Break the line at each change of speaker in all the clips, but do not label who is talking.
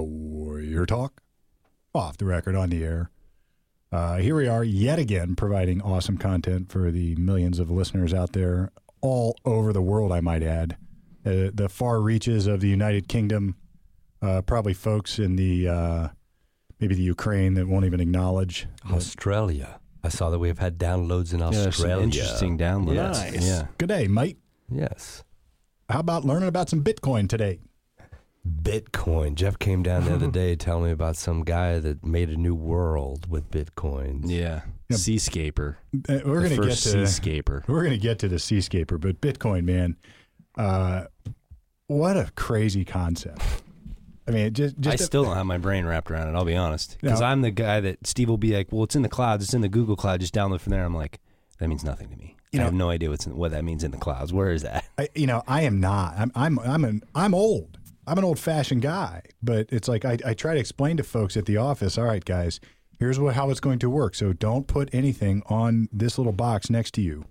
lawyer talk off the record on the air. Uh, here we are yet again providing awesome content for the millions of listeners out there all over the world, I might add. Uh, the far reaches of the United Kingdom, uh, probably folks in the uh, maybe the Ukraine that won't even acknowledge.
Australia. I saw that we've had downloads in
Yeah, there's some
Australia.
interesting downloads.
Nice.
Yeah.
Good day, mate.
Yes.
How about learning about some Bitcoin today?
Bitcoin. Jeff came down the other day telling me about some guy that made a new world with bitcoins.
Yeah.
Yep.
Seascaper.
Uh, we're
the
going to get
first
to
Seascaper.
We're going to get to the seascaper, but Bitcoin, man, uh, what a crazy concept. I mean, it just, just
I still don't have my brain wrapped around it, I'll be honest. Because
No.
I'm the guy that Steve will be like, well, it's in the clouds. It's in the Google Cloud. Just download from there. I'm like, that means nothing to me.
You know-
I have no idea what's in, what that means in the clouds. Where is that?
I, you know, I am not. I'm I'm I'm an I'm old. I'm an old fashioned guy. But it's like I, I try to explain to folks at the office. All right, guys, here's what how it's going to work. So don't put anything on this little box next to you.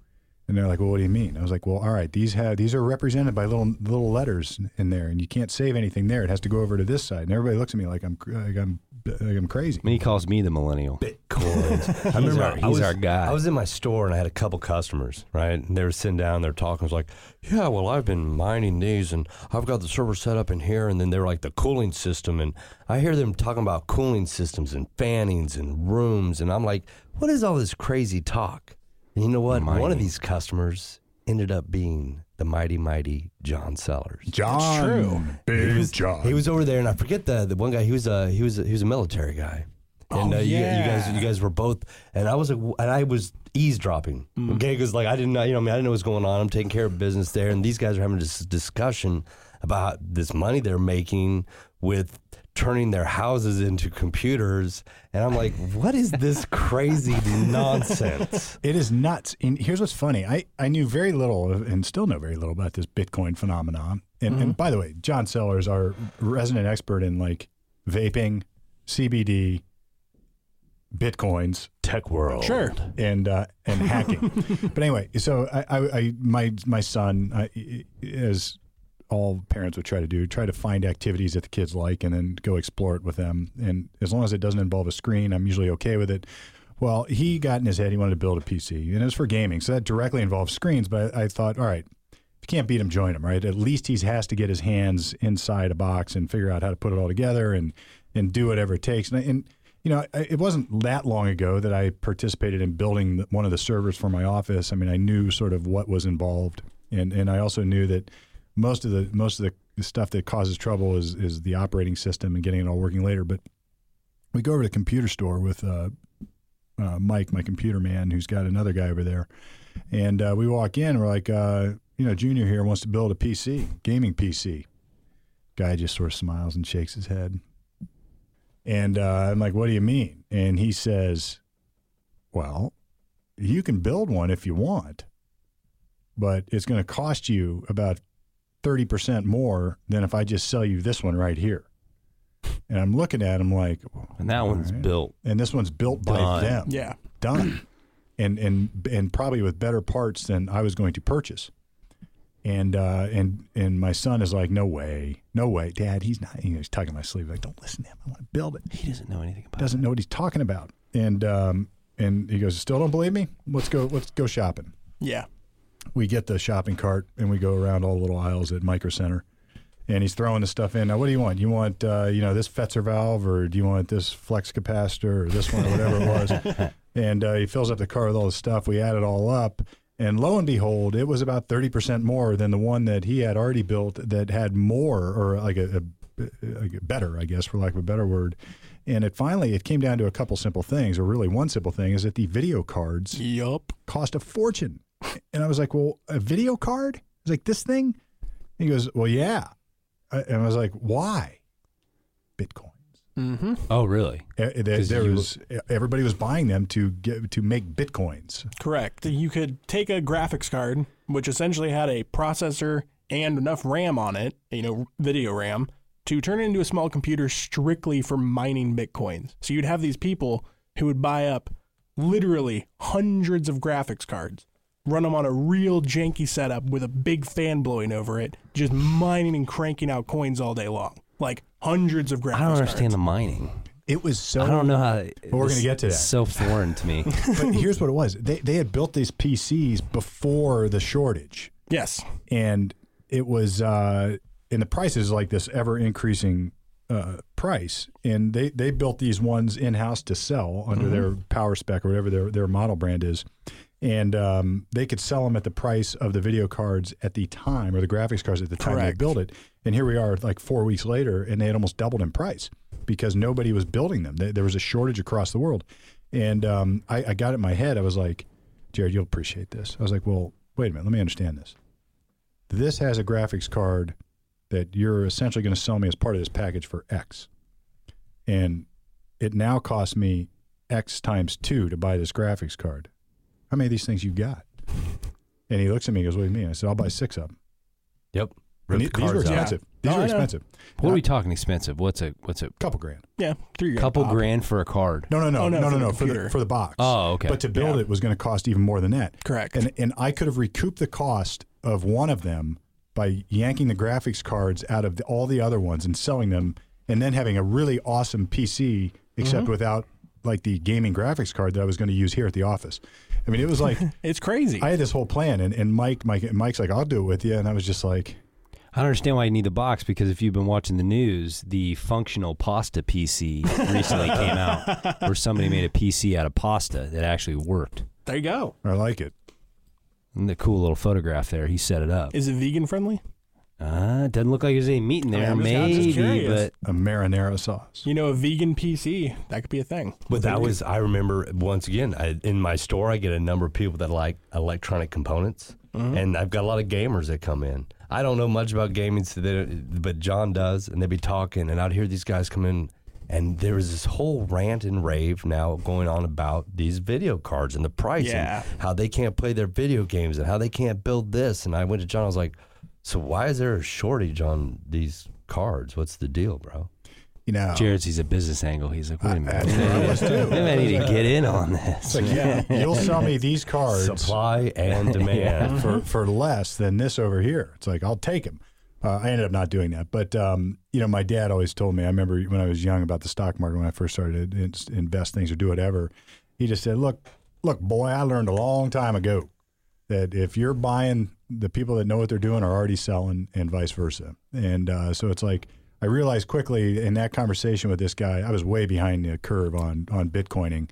And they're like, well, what do you mean? I was like, well, all right, these have these are represented by little little letters in there, and you can't save anything there. It has to go over to this side. And everybody looks at me like I'm cr- like I'm like I'm crazy.
I mean, he calls me the millennial.
Bitcoins. I remember
our-
I
he's
was,
our guy.
I was in my store and I had a couple customers, right? And they were sitting down, they're talking. I was like, "Yeah, well, I've been mining these, and I've got the server set up in here." And then they were like, "The cooling system," and I hear them talking about cooling systems and fannings and rooms, and I'm like, "What is all this crazy talk?" And you know what? One of
Mining.
these customers ended up being the mighty, mighty John Sellers.
John,
true.
Big John.
He was over there, and I forget the the one guy. He was a he was a, he was a military guy, and
Oh,
uh, you- you,
yeah.
guys you guys were both. And I was like, and I was eavesdropping. Okay, because like I didn't know you know I, mean, I didn't know what's going on. I'm taking care of business there, and these guys are having this discussion about this money they're making with turning their houses into computers. And I'm like, what is this crazy nonsense?
It is nuts. And here's what's funny. I, I knew very little of- and still know very little about this Bitcoin phenomenon. And, and by the way, John Sellers, our resident expert in like vaping, CBD, Bitcoins,
Tech world. Sure.
and uh, and hacking. but anyway, so I, I, I my my son, I, as all parents would try to do, try to find activities that the kids like, and then go explore it with them. And as long as it doesn't involve a screen, I'm usually okay with it. Well, he got in his head he wanted to build a PC, and it was for gaming, so that directly involves screens. But I, I thought, all right. If you can't beat him, join him, right? At least he has to get his hands inside a box and figure out how to put it all together and and do whatever it takes. And, I- and you know, I- it wasn't that long ago that I participated in building the- one of the servers for my office. I mean, I knew sort of what was involved, and and I also knew that most of the most of the stuff that causes trouble is is the operating system and getting it all working later. But we go over to the computer store with uh, uh, Mike, my computer man, who's got another guy over there, and uh, we walk in. We're like, uh, you know, Junior here wants to build a PC, gaming PC. Guy just sort of smiles and shakes his head. And uh, I'm like, what do you mean? And he says, well, you can build one if you want, but it's going to cost you about 30% more than if I just sell you this one right here. And I'm looking at him like,
And that one's
All right.
built.
and this one's built by
Done.
them.
Yeah.
done, and and and probably with better parts than I was going to purchase. And uh, and and my son is like, no way, no way, Dad. He's not. You know, he's tugging my sleeve, like, don't listen to him. I want to build it.
He doesn't know anything about
Doesn't know what he's talking about. And um, and he goes, still don't believe me? Let's go. Let's go shopping.
Yeah.
We get the shopping cart and we go around all the little aisles at Micro Center. And he's throwing the stuff in. Now, what do you want? You want, uh, you know, this Fetzer valve, or do you want this flex capacitor, or this one, or whatever it was? and uh, he fills up the car with all this stuff. We add it all up, and lo and behold, it was about thirty percent more than the one that he had already built that had more, or like a, a, like a better, I guess, for lack of a better word. And it finally it came down to a couple simple things, or really one simple thing, is that the video cards
Yup.
cost a fortune. And I was like, well, a video card? He's like, this thing? And he goes, well, yeah. I- And I was like, why? Bitcoin.
Mm-hmm.
it. Oh, really?
Eh, eh, There,
'Cause
there
you-
was everybody was buying them to get to make bitcoins.
Correct. You could take a graphics card, which essentially had a processor and enough RAM on it, you know, video RAM, to turn it into a small computer strictly for mining bitcoins. So you'd have these people who would buy up literally hundreds of graphics cards, run them on a real janky setup with a big fan blowing over it, just mining and cranking out coins all day long. Like hundreds of graphics
I don't
cards.
understand the mining.
It was so.
I don't know how.
But we're gonna
it's-
get to
it's
that.
So foreign to me.
But here's what it was: they they had built these PCs before the shortage,
Yes.
and it was uh, and the price is like this ever increasing uh, price, and they they built these ones in house to sell under their power spec or whatever their their model brand is. And um, they could sell them at the price of the video cards at the time, or the graphics cards at the time
Correct.
they built it. And here we are, like four weeks later, and they had almost doubled in price because nobody was building them. There there was a shortage across the world. And um, I, I got it in my head. I was like, Jared, you'll appreciate this. I was like, well, wait a minute. Let me understand this this has a graphics card that you're essentially going to sell me as part of this package for X. And it now costs me X times two to buy this graphics card. How many of these things you got? And he looks at me and goes, What do you mean? I said, I'll buy six of them.
Yep.
And
Rip
the-
the
these were
cards out. Oh,
expensive. These
No,
were
I know.
expensive.
what are we talking expensive? What's a what's a
Couple grand.
Yeah. Three grand
couple
pop.
grand for a card?
No, no, no.
Oh,
no, no,
no, for
no.
the
for, the,
computer.
for the box.
Oh, okay.
But to build
Yeah.
it was going to cost even more than that.
Correct.
And, and I could have recouped the cost of one of them by yanking the graphics cards out of the, all the other ones and selling them, and then having a really awesome PC,
Mm-hmm.
except without like the gaming graphics card that I was going to use here at the office. I mean, it was like
It's crazy.
I had this whole plan, and, and Mike, Mike, Mike's like, "I'll do it with you," and I was just like,
I don't understand why you need the box because if you've been watching the news, the functional pasta PC recently came out where somebody made a PC out of pasta that actually worked.
there you go.
"I like it."
And the cool little photograph there, he set it up.
Is it vegan friendly?
Uh, it doesn't look like there's any meat in there,
I'm just- I'm just
maybe,
curious.
but
A marinara sauce.
You know, a vegan PC that could be a thing.
But that was I remember once again I, in my store I get a number of people that like electronic components, and I've got a lot of gamers that come in. I don't know much about gaming, so they- but John does, and they'd be talking, and I'd hear these guys come in, and there was this whole rant and rave now going on about these video cards and the price,
Yeah.
and how they can't play their video games, and how they can't build this. And I went to John, I was like, "So why is there a shortage on these cards? What's the deal, bro?"
You
Oh.
know,
Jared sees a business angle. He's like, wait a minute.
I was too.
Maybe I need to get in on
It's
this.
like, yeah, you'll sell me these cards.
Supply and demand.
for, for less than this over here. It's like, I'll take him. Uh, I ended up not doing that. But, um, you know, my dad always told me, I remember when I was young about the stock market, when I first started to in- invest things or do whatever, he just said, look, look, boy, I learned a long time ago that if you're buying, the people that know what they're doing are already selling and vice versa. And uh, so it's like, I realized quickly in that conversation with this guy, I was way behind the curve on, on Bitcoining.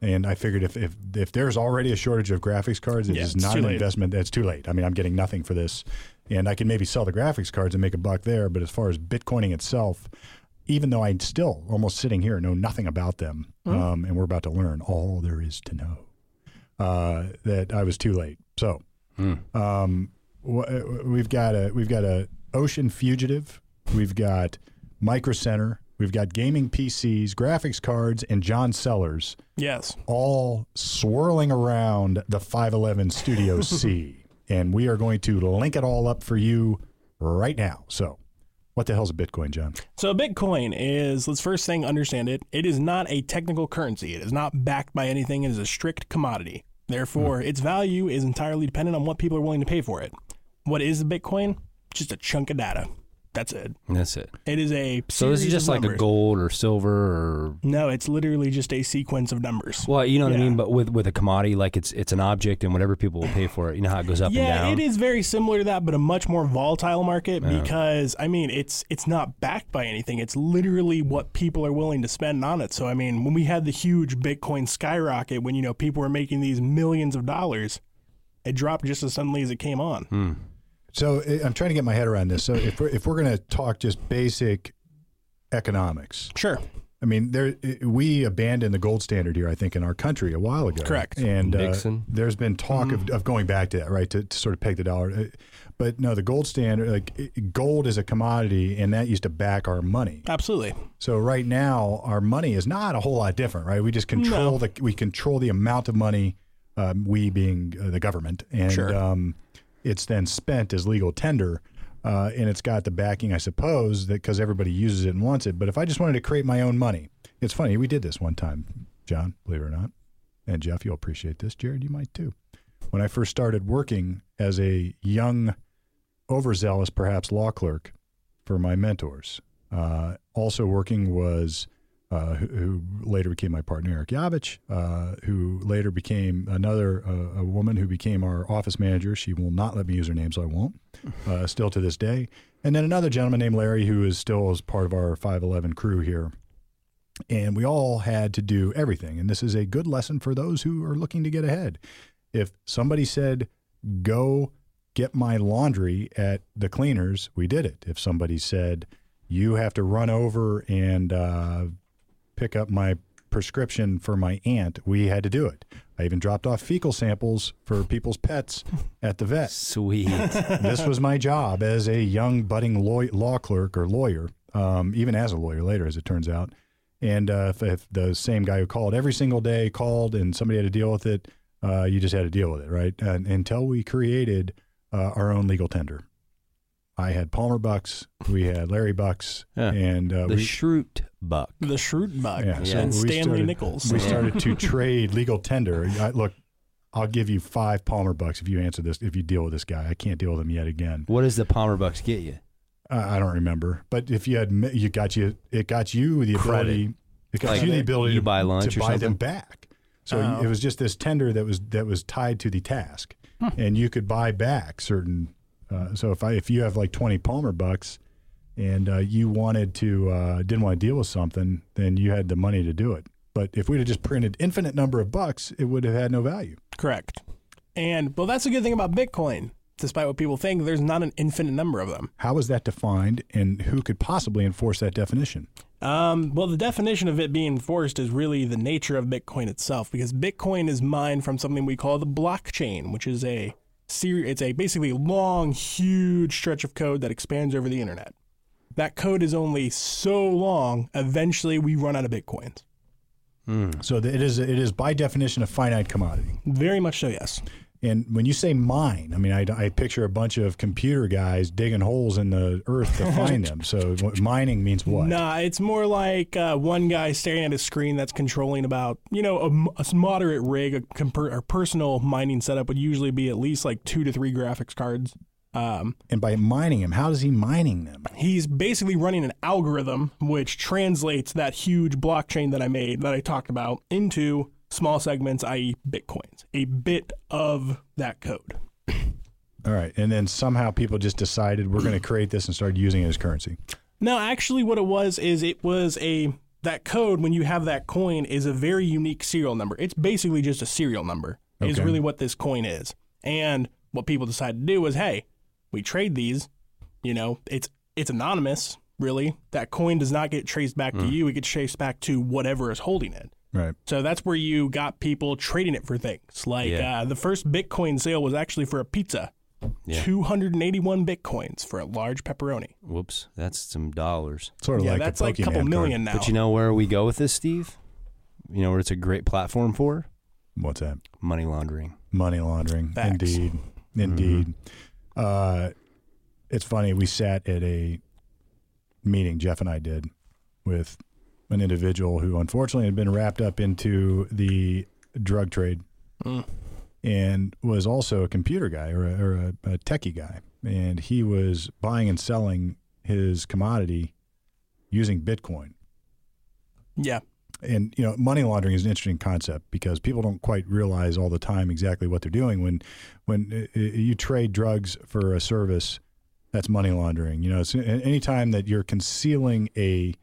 And I figured if, if, if there's already a shortage of graphics cards, it
Yeah,
is
it's
not
too
an
late.
investment investment that's too late. I mean, I'm getting nothing for this, and I can maybe sell the graphics cards and make a buck there. But as far as Bitcoining itself, even though I'm still almost sitting here know nothing about them,
Mm-hmm.
um, and we're about to learn all there is to know, uh, that I was too late. So,
Hmm.
um, wh- we've got a we've got a Ocean Fugitive, we've got Micro Center, we've got gaming PCs, graphics cards, and John Sellers
Yes.
all swirling around the 511 Studio C. And we are going to link it all up for you right now. So, what the hell's a Bitcoin, John?
So Bitcoin is, let's first thing understand it, it is not a technical currency. It is not backed by anything. It is a strict commodity. Therefore,
Hmm.
its value is entirely dependent on what people are willing to pay for it. What is Bitcoin? Just a chunk of data. That's it.
That's it.
It is a
So this is
series
just
of
like a
numbers.
gold or silver or
No, it's literally just a sequence of numbers.
well, you know what I
Yeah.
mean. But with with a commodity, like it's it's an object, and whatever people will pay for it, you know how it goes up and
Yeah,
down.
it is very similar to that, but a much more volatile market because I mean it's it's not backed by anything. It's literally what people are willing to spend on it. So I mean, when we had the huge Bitcoin skyrocket, when you know people were making these millions of dollars, it dropped just as suddenly as it came on.
Hmm. So, I- I'm trying to get my head around this. So, if we're, if we're going to talk just basic economics,
Sure,
I mean, there we abandoned the gold standard here, I think, in our country a while ago.
Correct.
And uh,
Nixon.
there's been talk of, of going back to that, right, to, to sort of peg the dollar. Uh, But no, the gold standard, like i- gold is a commodity, and that used to back our money.
absolutely.
So right now, our money is not a whole lot different, right? We just control the we control the amount of money, um, we being uh, the government, and
Sure.
um, it's then spent as legal tender, uh, and it's got the backing, I suppose, that because everybody uses it and wants it. But if I just wanted to create my own money, it's funny we did this one time, John, believe it or not, and Jeff, you'll appreciate this. Jared, you might too. When I first started working as a young, overzealous, perhaps law clerk for my mentors, Uh, also working was uh, who, who later became my partner, Eric Yavich, uh, who later became another uh, a woman who became our office manager. She will not let me use her name, so I won't. Uh, still to this day, and then another gentleman named Larry, who is still as part of our 511 crew here. And we all had to do everything. And this is a good lesson for those who are looking to get ahead. If somebody said, go get my laundry at the cleaners, we did it. If somebody said, you have to run over and uh, pick up my prescription for my aunt, we had to do it. I even dropped off fecal samples for people's pets at the vet
Sweet.
this was my job as a young budding law, law clerk or lawyer, um, even as a lawyer later, as it turns out. And uh, if, if the same guy who called every single day called and somebody had to deal with it, uh, you just had to deal with it, right? And, until we created uh, our own legal tender. I had Palmer Bucks, we had Larry Bucks,
Yeah.
and uh,
the
we,
Shroot Buck.
The Shrewd Buck
Yeah, so
and
we
Stanley
started-
Nichols.
we started to trade legal tender. I, look, I'll give you five Palmer Bucks if you answer this, if you deal with this guy. I can't deal with him yet again.
What does the Palmer Bucks get you?
I I don't remember, but if you had, mi- you got you, it got you the
Credit.
ability. It got
Like,
you the ability
you
to
buy lunch
to
or
buy them
something?
back. So
Oh.
it was just this tender that was that was tied to the task, and you could buy back certain. Uh, so if I if you have like twenty Palmer bucks, and uh, you wanted to uh, didn't want to deal with something, then you had the money to do it. But if we'd have just printed infinite number of bucks, it would have had no value.
Correct. And well, that's a good thing about Bitcoin. Despite what people think, there's not an infinite number of them.
How was that defined, and who could possibly enforce that definition?
Um, well, the definition of it being forced is really the nature of Bitcoin itself, because Bitcoin is mined from something we call the blockchain, which is a ser- it's a basically long, huge stretch of code that expands over the internet. That code is only so long. Eventually, we run out of bitcoins.
So that it is it is by definition a finite commodity.
Very much so, yes.
And when you say mine, I mean, I, I picture a bunch of computer guys digging holes in the earth to find them. So what, mining means what?
Nah, it's more like uh, one guy staring at a screen that's controlling about, you know, a m- a, s- moderate rig, a, comp- or personal mining setup would usually be at least like two to three graphics cards. Um,
And by mining them, how is he mining them?
he's basically running an algorithm which translates that huge blockchain that I made, that I talked about, into small segments, i.e., bitcoins, a bit of that code.
All right. And then somehow people just decided we're going to create this and start using it as currency.
No, actually, what it was is it was a that code when you have that coin is a very unique serial number. It's basically just a serial number. Is
Okay.
really what this coin is. And what people decided to do was, hey, we trade these. You know, it's it's anonymous. Really, that coin does not get traced back
Hmm.
to you. It gets traced back to whatever is holding it.
Right.
So that's where you got people trading it for things. Like
Yeah.
uh, the first Bitcoin sale was actually for a pizza,
Yeah.
281 Bitcoins for a large pepperoni.
Whoops, that's some dollars.
Sort of
yeah,
like
that's
a
like a
Pokemon
couple
card.
million now.
But you know where we go with this, Steve? You know where it's a great platform for?
What's that?
Money laundering.
Money laundering.
Facts.
Indeed. Indeed. Uh, it's funny. We sat at a meeting, Jeff and I did, with an individual who unfortunately had been wrapped up into the drug trade and was also a computer guy or a, or a, a techie guy. And he was buying and selling his commodity using Bitcoin
yeah,
and you know money laundering is an interesting concept because people don't quite realize all the time exactly what they're doing when when uh, uh, you trade drugs for a service that's money laundering you know it's any time that you're concealing a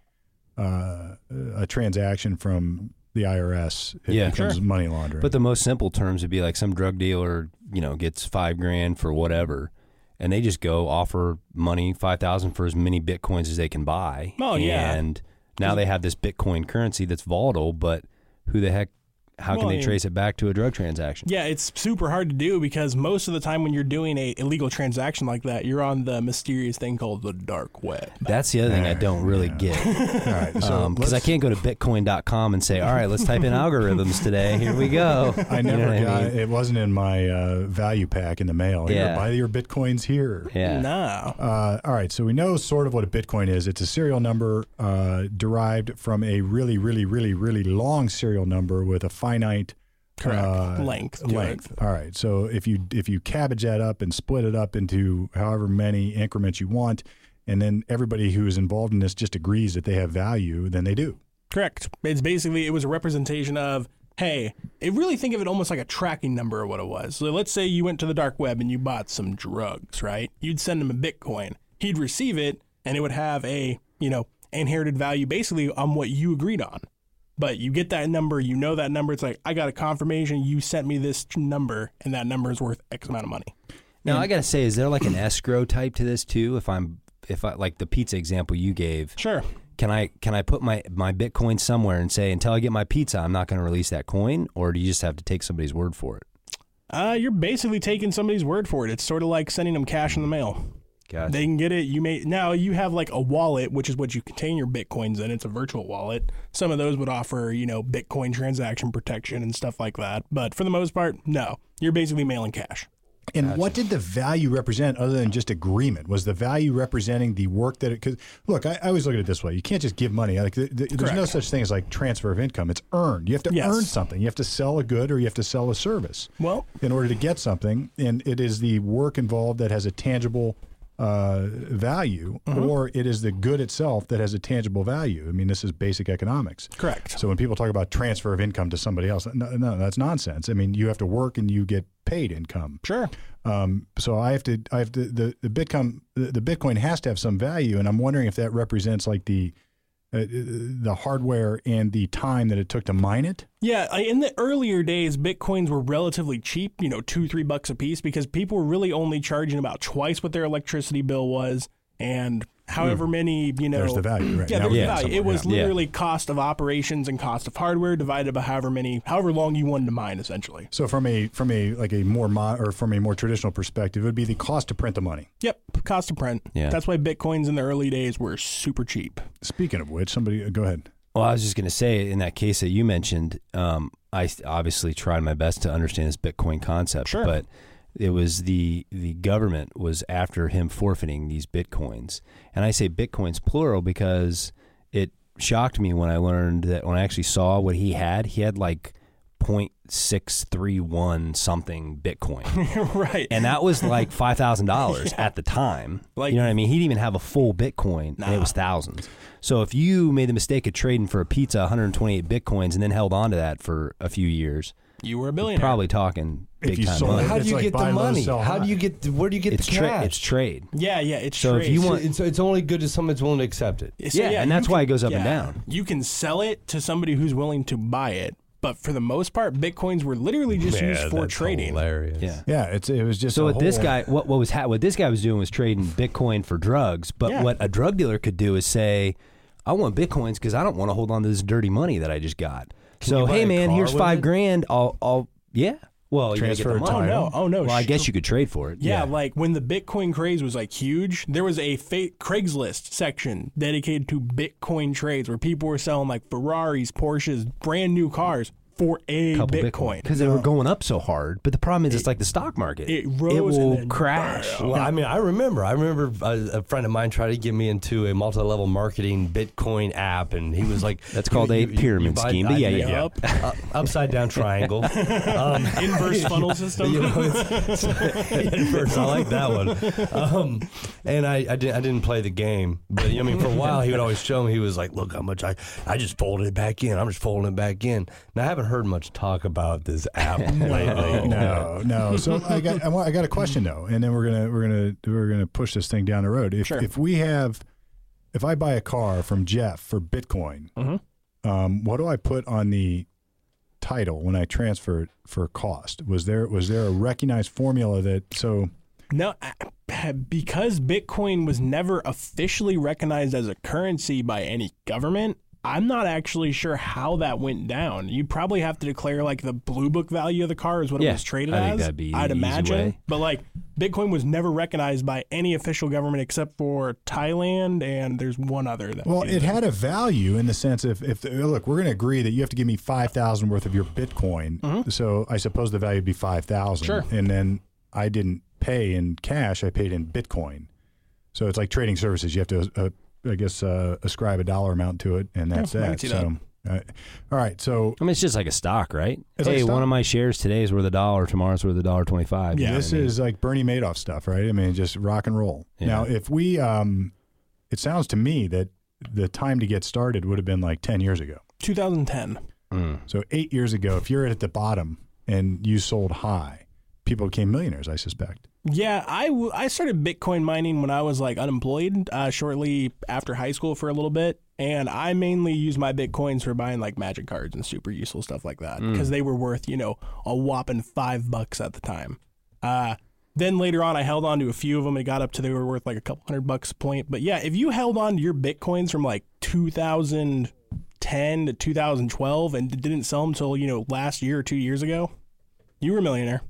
uh, a transaction from the IRS it
Yeah.
becomes money laundering
But the most simple terms would be like some drug dealer, you know, gets five grand for whatever, and they just go offer money five thousand for as many bitcoins as they can buy.
Oh, yeah.
and now they have this bitcoin currency that's volatile, but who the heck? How
Well,
can
I
they
mean-
trace it back to a drug transaction?
yeah, it's super hard to do because most of the time when you're doing a illegal transaction like that, you're on the mysterious thing called the dark web.
That's the other thing I don't really get
all right
because
so
Um, I
let's-
can't go to Bitcoin.com and say, "All right, let's type in algorithms today." Here we go.
I
You know
never
what
got
mean?
it wasn't in my uh, value pack in the mail Here,
Yeah.
buy your bitcoins here
Yeah.
No.
Uh, all right, so we know sort of what a Bitcoin is. It's a serial number uh, derived from a really, really, really, really long serial number with a finite
Correct.
uh,
Length to it.
Length. All right, so if you if you cabbage that up and split it up into however many increments you want, and then everybody who is involved in this just agrees that they have value, then they do.
Correct. It's basically it was a representation of hey, it really think of it almost like a tracking number of what it was. So let's say you went to the dark web and you bought some drugs, right? You'd send him a Bitcoin. He'd receive it and it would have a, you know, inherited value basically on what you agreed on. But you get that number, you know that number. It's like, I got a confirmation, you sent me this number, and that number is worth X amount of money.
Now I gotta say, is there like an escrow type to this too? If I'm, if I like the pizza example you gave,
Sure.
can I can I put my my Bitcoin somewhere and say until I get my pizza, I'm not gonna release that coin, or do you just have to take somebody's word for it?
Uh, you're basically taking somebody's word for it. It's sort of like sending them cash in the mail.
Gotcha.
They can get it. You may now you have like a wallet, which is what you contain your bitcoins in. It's a virtual wallet. Some of those would offer you know Bitcoin transaction protection and stuff like that. But for the most part, no. You're basically mailing cash.
And what did the value represent other than just agreement? Was the value representing the work that it? Because look, I, I always look at it this way: you can't just give money. Like the, the, there's no
Correct.
such thing as like transfer of income. It's earned. You have to
Yes.
earn something. You have to sell a good or you have to sell a service
Well,
in order to get something. And it is the work involved that has a tangible uh, value,
Mm-hmm.
or it is the good itself that has a tangible value. I mean, this is basic economics.
correct.
So when people talk about transfer of income to somebody else, no, no, that's nonsense. I mean, you have to work and you get paid income.
Sure.
Um, so I have to, I have to, the, the Bitcoin, the, the Bitcoin has to have some value. And I'm wondering if that represents like the, uh, uh, the hardware and the time that it took to mine it.
Yeah, I- in the earlier days, bitcoins were relatively cheap, you know, two, three bucks a piece, because people were really only charging about twice what their electricity bill was and however many, you know.
Hmm. There's the value, right?
Yeah,
Now we're
there was the
getting
value. It
somewhere,
was
yeah.
literally cost of operations and cost of hardware divided by however many, however long you wanted to mine, essentially.
So from a from a like a more mo- or from a more traditional perspective, it would be the cost to print the money.
Yep, cost of print.
Yeah.
That's why bitcoins in the early days were super cheap.
Speaking of which, somebody go ahead.
Well, I was just going to say, in that case that you mentioned, um, I s- obviously tried my best to understand this Bitcoin concept,
Sure.
but it was the the government was after him forfeiting these bitcoins, and I say bitcoins plural because it shocked me when I learned that when I actually saw what he had, he had like 0.631 something bitcoin,
right.
and that was like five thousand dollars at the time.
Like-
you know what I mean? He didn't even have a full Bitcoin, and it was thousands. So if you made the mistake of trading for a pizza, 128 bitcoins, and then held on to that for a few years,
you were a billionaire.
probably talking
If
big
you
time
sold
money.
it,
How do
It's
you
like
get
buy
the
low,
money?
sell
How
high.
do you get? The, where do you get
It's
the
trade.
cash?
It's trade.
Yeah, yeah, it's
So if
trade.
you
So
want-
it's, it's only good to someone that's willing to accept it.
So,
Yeah, and
you
that's why it goes up and down.
You can sell it to somebody who's willing to buy it, but for the most part, bitcoins were literally just used for trading.
Hilarious.
Yeah.
Yeah, it's it was just
So
a
what this
whole-
guy, what, what was ha- what this guy was doing was trading Bitcoin for drugs. But
Yeah.
what a drug dealer could do is say, "I want Bitcoins because I don't want to hold on to this dirty money that I just got." so
you buy
hey,
a
man,
car
here's
with
five
it?
grand. I'll, I'll, yeah. Well, you gotta get
Transfer
the
of
money.
Oh no! Oh no!
Well, I
Sh-
guess you could trade for it.
Yeah, like when the Bitcoin craze was like huge, there was a fa- Craigslist section dedicated to Bitcoin trades where people were selling like Ferraris, Porsches, brand new cars for a
couple
Bitcoin.
because they were going up so hard. But the problem is, it's like the stock market.
it rose and
will
then-
crash.
Well, I mean, I remember. I remember a, a friend of mine tried to get me into a multi-level marketing Bitcoin app, and he was like,
That's called a pyramid scheme, but yeah, yeah.
Yup.
Uh, upside down triangle, um,
Inverse funnel system.
You know, it's- inverse. I like that one. Um, and I, I, didn't, I didn't play the game, but you know, I mean, for a while he would always show me. He was like, "Look how much I, I just folded it back in. I'm just folding it back in." Now I haven't heard much talk about this app lately.
No, no. So I got I, want, I got a question though, and then we're gonna we're gonna we're gonna push this thing down the road. If if we have, if I buy a car from Jeff for Bitcoin, um, what do I put on the title when I transfer it for cost? Was there was there a recognized formula that so
No, I- because Bitcoin was never officially recognized as a currency by any government, I'm not actually sure how that went down. You probably have to declare like the blue book value of the car is what it
Yeah,
was traded
I
as.
think that'd be
I'd
the easy
imagine,
way.
but like Bitcoin was never recognized by any official government except for Thailand and there's one other. That
Well, it had a value in the sense if, if look, we're going to agree that you have to give me five thousand worth of your Bitcoin. So I suppose the value would be five thousand.
Mm-hmm. Sure.
And then I didn't pay in cash; I paid in Bitcoin. So it's like trading services. You have to, uh, I guess, uh, ascribe a dollar amount to it, and that's
I can
that.
see
So, uh, all right. So
I mean, it's just like a stock, right?
It's like
hey,
stock.
one of my shares today is worth a dollar. Tomorrow's worth a dollar twenty-five.
Yeah.
this is like Bernie Madoff stuff, right? I mean, just rock and roll.
Yeah.
Now, if we, um, it sounds to me that the time to get started would have been like 10 years ago.
2010.
So eight years ago, if you're at the bottom and you sold high, people became millionaires, I suspect.
Yeah, I, w- I started Bitcoin mining when I was like unemployed uh, shortly after high school for a little bit. And I mainly used my Bitcoins for buying like magic cards and super useful stuff like that
Hmm.
because they were worth, you know, a whopping five bucks at the time. Uh, then later on, I held on to a few of them and got up to they were worth like a couple hundred bucks a point. But yeah, if you held on to your Bitcoins from like 2010 to 2012 and didn't sell them till, you know, last year or two years ago, you were a millionaire.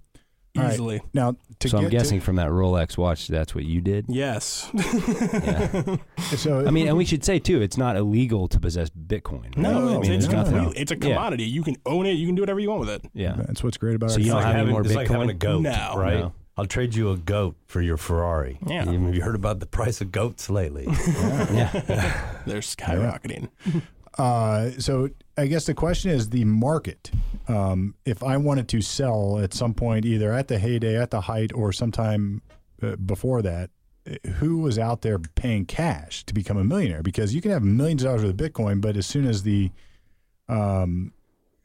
All right.
Easily.
Now, to
So
get
I'm guessing from that Rolex watch, that's what you did.
Yes.
to, so
I mean, and we should say too, it's not illegal to possess Bitcoin. right?
No,
No,
it's,
I mean,
it's,
it's nothing.
complete- it's a
Yeah.
commodity. You can own it. You can do whatever you want with it.
Yeah.
that's what's great about
So
our
you
It's
don't
like
have any
having,
more
it's like having a
Bitcoin.
goat,
No.
right?
No.
I'll trade you a goat for your Ferrari.
Yeah.
You- Have you heard about the price of goats lately?
yeah.
They're skyrocketing.
Uh, so I guess the question is the market. Um, if I wanted to sell at some point, either at the heyday, at the height, or sometime uh, before that, uh, who was out there paying cash to become a millionaire? Because you can have millions of dollars worth of Bitcoin, but as soon as the um,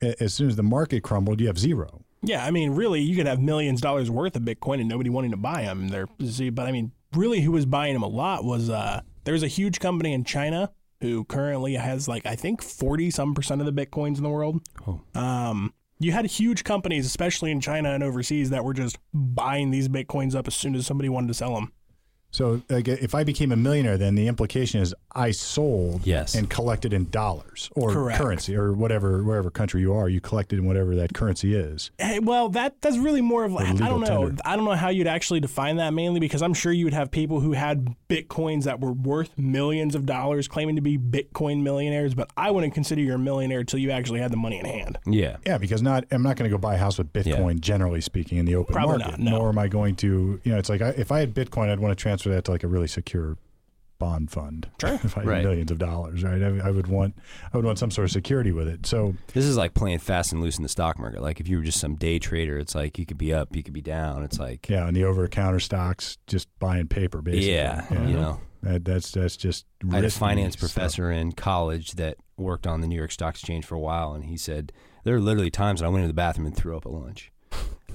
a- as soon as the market crumbled, you have zero.
Yeah, I mean, really, you could have millions of dollars worth of Bitcoin and nobody wanting to buy them. There, see, but I mean, really, who was buying them a lot was uh, there was a huge company in China who currently has like I think forty some percent of the bitcoins in the world.
Oh.
Um, you had huge companies, especially in China and overseas, that were just buying these bitcoins up as soon as somebody wanted to sell them.
So like, if I became a millionaire, then the implication is I sold
Yes.
and collected in dollars or
Correct.
currency or whatever wherever country you are, you collected in whatever that currency is.
Hey, well, that that's really more of like I
legal
don't know.
tender.
I don't know how you'd actually define that mainly because I'm sure you would have people who had bitcoins that were worth millions of dollars claiming to be bitcoin millionaires, but I wouldn't consider you a millionaire until you actually had the money in hand.
Yeah.
Yeah, because not I'm not going to go buy a house with Bitcoin. Generally speaking, in the open
Probably
market,
not, no.
nor am I going to. You know, it's like I, if I had Bitcoin, I'd want to transfer that to like a really secure bond fund. Sure, if I had
Right.
millions of dollars, right? I, I would want I would want some sort of security with it. So
This is like playing fast and loose in the stock market. Like if you were just some day trader, it's like you could be up, you could be down. It's like
yeah, and the over counter stocks, just buying paper, basically.
yeah, you know.
That, that's that's just.
I had a
risky
finance
stuff.
professor in college that worked on the New York Stock Exchange for a while, and he said there are literally times that I went into the bathroom and threw up at lunch.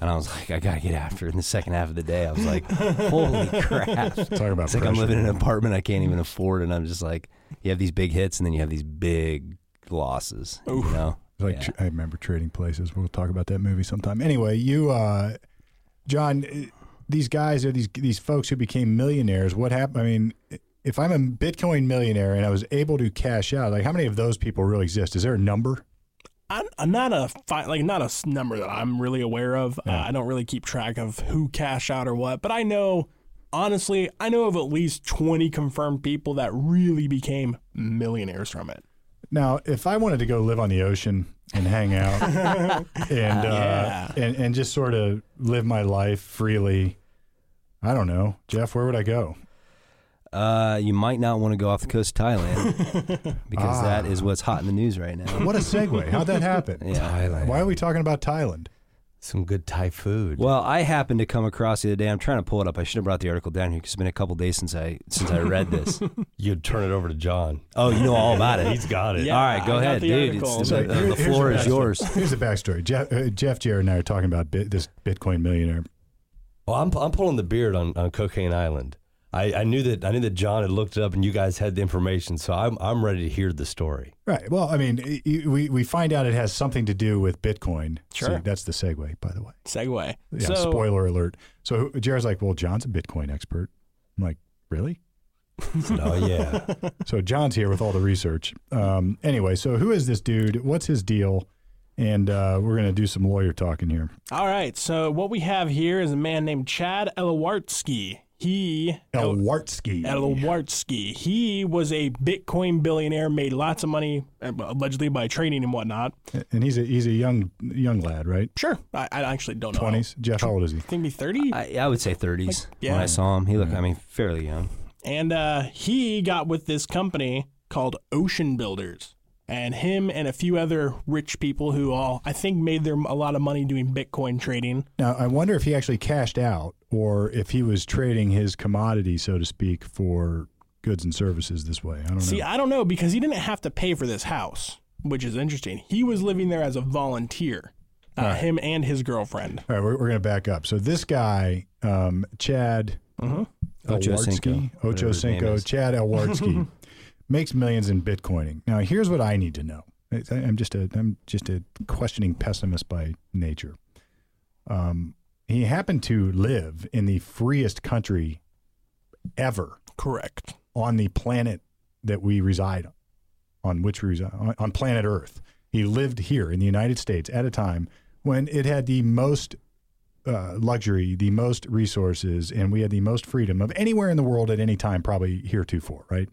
And I was like, I gotta get after it. In the second half of the day, I was like, holy crap! It's
Talk about
like I'm
pressure.
living in an apartment I can't even afford, and I'm just like, you have these big hits, and then you have these big losses. You know,
It's Like
Yeah.
tr I remember Trading Places. We'll talk about that movie sometime. Anyway, you, uh, John, eh, these guys are these these folks who became millionaires. What happened? I mean, eh, if I'm a Bitcoin millionaire and I was able to cash out, like how many of those people really exist? Is there a number?
I'm, I'm not a fi- like not a s- number that I'm really aware of. Uh, I don't really keep track of who cash out or what, but I know honestly, I know of at least 20 confirmed people that really became millionaires from it.
Now, if I wanted to go live on the ocean and hang out and,
Yeah.
uh, and and just sort of live my life freely, I don't know, Jeff. Where would I go?
uh, you might not want to go off the coast of Thailand because that is what's hot in the news right now.
What a segue! How'd that happen?
Thailand.
Why are we talking about Thailand?
Some good Thai food.
Well, I happened to come across the other day. I'm trying to pull it up. I should have brought the article down here because it's been a couple days since I since I read this.
You'd turn it over to John.
oh, you know all about it.
He's got it.
Yeah,
all right, go
I got
ahead,
the
dude.
article.
It's-
So
the,
Here-
the
here's
floor is
backstory.
yours.
Here's the backstory. Jeff, uh, Jeff, Jared, and I are talking about bit, this Bitcoin millionaire.
Well, I'm, I'm pulling the beard on, on Cocaine Island. I, I knew that I knew that John had looked it up and you guys had the information, so I'm I'm ready to hear the story.
Right. Well, I mean, i- i- we we find out it has something to do with Bitcoin.
Sure.
See, that's the segue, by the way.
Segue.
Yeah.
so,
spoiler alert. So Jared's like, "Well, John's a Bitcoin expert." I'm like, "Really?"
Oh yeah,
so John's here with all the research. Um, anyway, so who is this dude? What's his deal? And uh, we're gonna do some lawyer talking here.
All right. So what we have here is a man named Chad Elewartsky. He
Elwartsky.
Elewartsky. He was a Bitcoin billionaire, made lots of money uh, allegedly by trading and whatnot.
and he's a he's a young young lad, right?
Sure. I, I actually don't know.
Twenties. Jeff, how old is he?
I think he's thirty.
I, I would say 30s
yeah.
when I saw him. He looked, I mean, fairly young.
And uh, he got with this company called Ocean Builders. And him and a few other rich people who all, I think, made their a lot of money doing Bitcoin trading.
Now, I wonder if he actually cashed out or if he was trading his commodity, so to speak, for goods and services this way. I don't
See,
know.
I don't know because he didn't have to pay for this house, which is interesting. He was living there as a volunteer, uh, him and his girlfriend.
All right, we're, we're going to back up. So this guy, um, Chad Ochocinco,
Ochocinco, whatever his name
Ochocinco,
is.
Chad Elwartsky, makes millions in Bitcoining. Now, here's what I need to know. I, I'm just a I'm just a questioning pessimist by nature. Um, he happened to live in the freest country ever
Correct.
on the planet that we reside on, on which we reside on, on planet Earth. He lived here in the United States at a time when it had the most uh, luxury, the most resources, and we had the most freedom of anywhere in the world at any time, probably heretofore, right?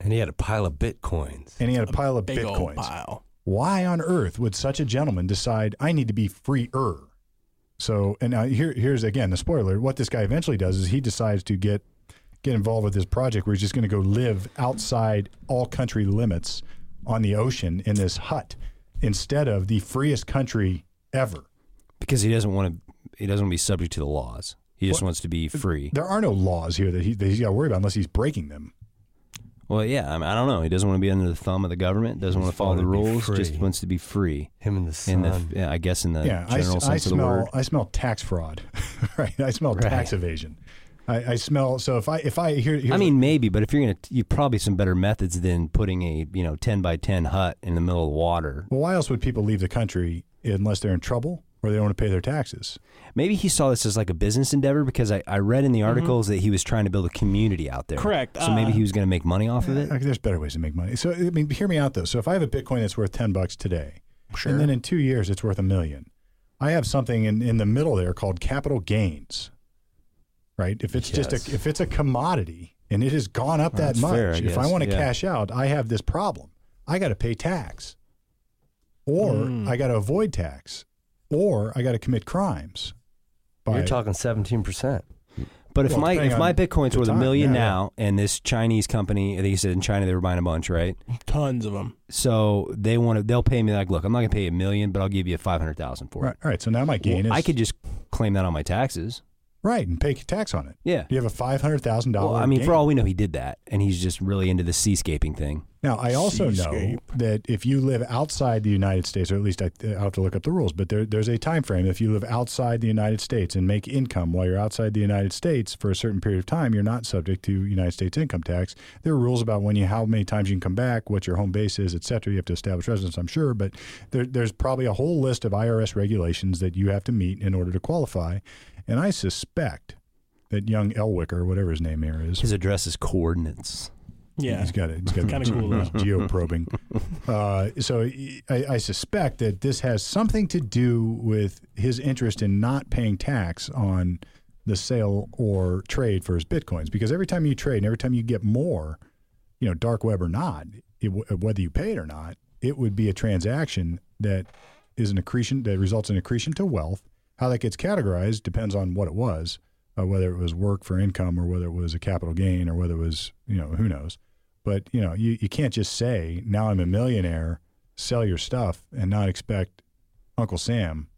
And he had a pile of bitcoins.
And he had a pile of
Big old
bitcoins.
pile.
Why on earth would such a gentleman decide I need to be freer? So, and now here, here's again the spoiler. What this guy eventually does is he decides to get get involved with this project where he's just going to go live outside all country limits on the ocean in this hut instead of the freest country ever.
because he doesn't want to. He doesn't want to be subject to the laws. He just wants to be free.
There are no laws here that, he, that he's got to worry about unless he's breaking them.
Well, yeah, I, mean, I don't know. He doesn't want to be under the thumb of the government. Doesn't want to follow the
wanna be
rules. Just
free.
wants to be free.
Him and the son.
In the, yeah, I guess in the
yeah, I,
general
s-
sense
I
of the word.
smell I smell tax fraud, right? I smell tax evasion. I, I smell. So if I if I here, here's
I
what-
mean, maybe, but if you're gonna, you probably some better methods than putting a you know ten by ten hut in the middle of the water.
Well, why else would people leave the country unless they're in trouble or they don't want to pay their taxes?
Maybe he saw this as like a business endeavor because I, I read in the articles that he was trying to build a community out there.
Correct,
So maybe
uh,
he was gonna make money off of it.
Like, there's better ways to make money. So, I mean, hear me out though. So, if I have a Bitcoin that's worth 10 bucks today, and then in two years it's worth a million, I have something in, in the middle there called capital gains, right? If it's just
Yes.
a, if it's a commodity and it has gone up that
that's
much,
fair, I
if I
guess.
want to
Yeah.
cash out, I have this problem. I got to pay tax, or
Hmm.
I got to avoid tax, or I got to commit crimes. by-
You're talking 17%.
But if
Well,
my
depending
if my
on
bitcoin's
the
worth a
time,
million
yeah, yeah.
now, and this Chinese company, they said in China they were buying a bunch, right?
Tons of them.
So they want to, they'll pay me like, look, I'm not gonna pay you a million, but I'll give you five hundred thousand for
right,
it.
all right. So now my gain is
Well, I could just claim that on my taxes.
Right, and pay tax on it.
Yeah.
You have a five hundred thousand dollars.
Well, I mean, for all we know, he did that, and he's just really into the seascaping thing.
now, I also know
Seascape.
that if you live outside the United States, or at least I, I'll have to look up the rules, but there, there's a time frame. If you live outside the United States and make income while you're outside the United States for a certain period of time, you're not subject to United States income tax. There are rules about when you, how many times you can come back, what your home base is, et cetera. You have to establish residence, I'm sure, but there, there's probably a whole list of IRS regulations that you have to meet in order to qualify. And I suspect that young Elwick or whatever his name here is.
His address is coordinates.
Yeah.
He's got it. He's got
Kinda cool, though.
Geo probing. Uh, so I, I suspect that this has something to do with his interest in not paying tax on the sale or trade for his bitcoins. Because every time you trade and every time you get more, you know, dark web or not, it, w- whether you pay it or not, it would be a transaction that is an accretion that results in accretion to wealth. How that gets categorized depends on what it was, uh, whether it was work for income or whether it was a capital gain or whether it was, you know, who knows. But, you know, you, you can't just say, now I'm a millionaire, sell your stuff and not expect Uncle Sam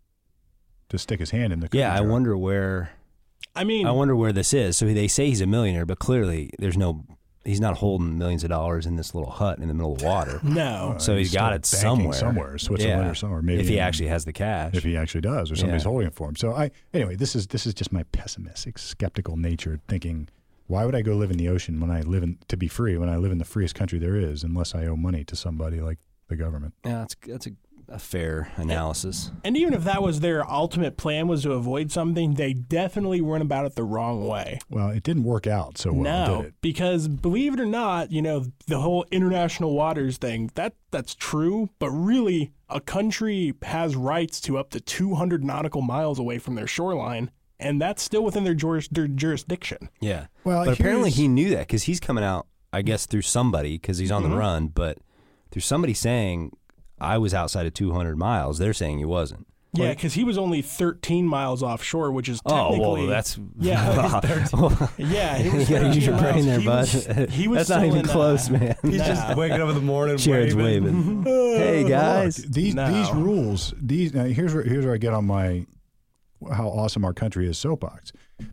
to stick his hand in the cookie
Yeah, I
jar.
wonder where
I mean,
I wonder where this is. So they say he's a millionaire, but clearly there's no. He's not holding millions of dollars in this little hut in the middle of water.
no.
So he's
Uh, He's
got
still
it
banking
somewhere,
somewhere, Switzerland
Yeah.
or somewhere, maybe
if he
in-
actually has the cash.
if he actually does, or somebody's
Yeah.
holding it for him. So I, anyway, this is this is just my pessimistic, skeptical nature thinking. Why would I go live in the ocean when I live in to be free when I live in the freest country there is, unless I owe money to somebody like the government?
yeah, that's that's a, a fair analysis.
And even if that was their ultimate plan was to avoid something, they definitely went about it the wrong way.
Well, it didn't work out so well,
no,
did it?
because believe it or not, you know the whole international waters thing. That that's true, but really, a country has rights to up to 200 nautical miles away from their shoreline, and that's still within their, juris, their jurisdiction.
Yeah.
Well,
but apparently
here's-
he knew that because he's coming out, I guess, through somebody because he's on the run, but through somebody saying, I was outside of 200 miles. They're saying he wasn't.
Yeah, because he was only 13 miles offshore, which is
Oh,
technically
well, that's.
yeah, yeah. He was
You gotta
13
use your
miles.
brain there,
he
bud.
Was, he was
That's not
still
even
in, uh,
close, man.
He's just waking up in the morning.
Jared's
waving.
waving. hey, guys.
Look, these
No.
these rules. These now here's where here's where I get on my. how awesome our country is soapbox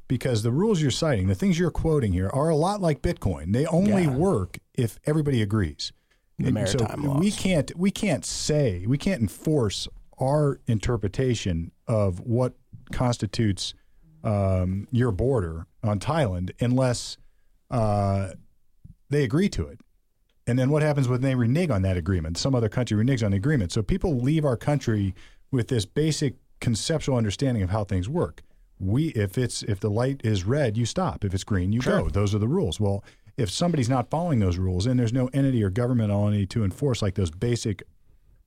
because the rules you're citing, the things you're quoting here, are a lot like Bitcoin. They only
Yeah.
work if everybody agrees.
The
And so
maritime laws.
we can't we can't say we can't enforce our interpretation of what constitutes um, your border on Thailand unless uh, they agree to it. And then what happens when they renege on that agreement? Some other country reneges on the agreement. So people leave our country with this basic conceptual understanding of how things work. We, if it's if the light is red, you stop. If it's green, you go. Those are the rules. Well, if somebody's not following those rules, and there's no entity or governmental entity to enforce like those basic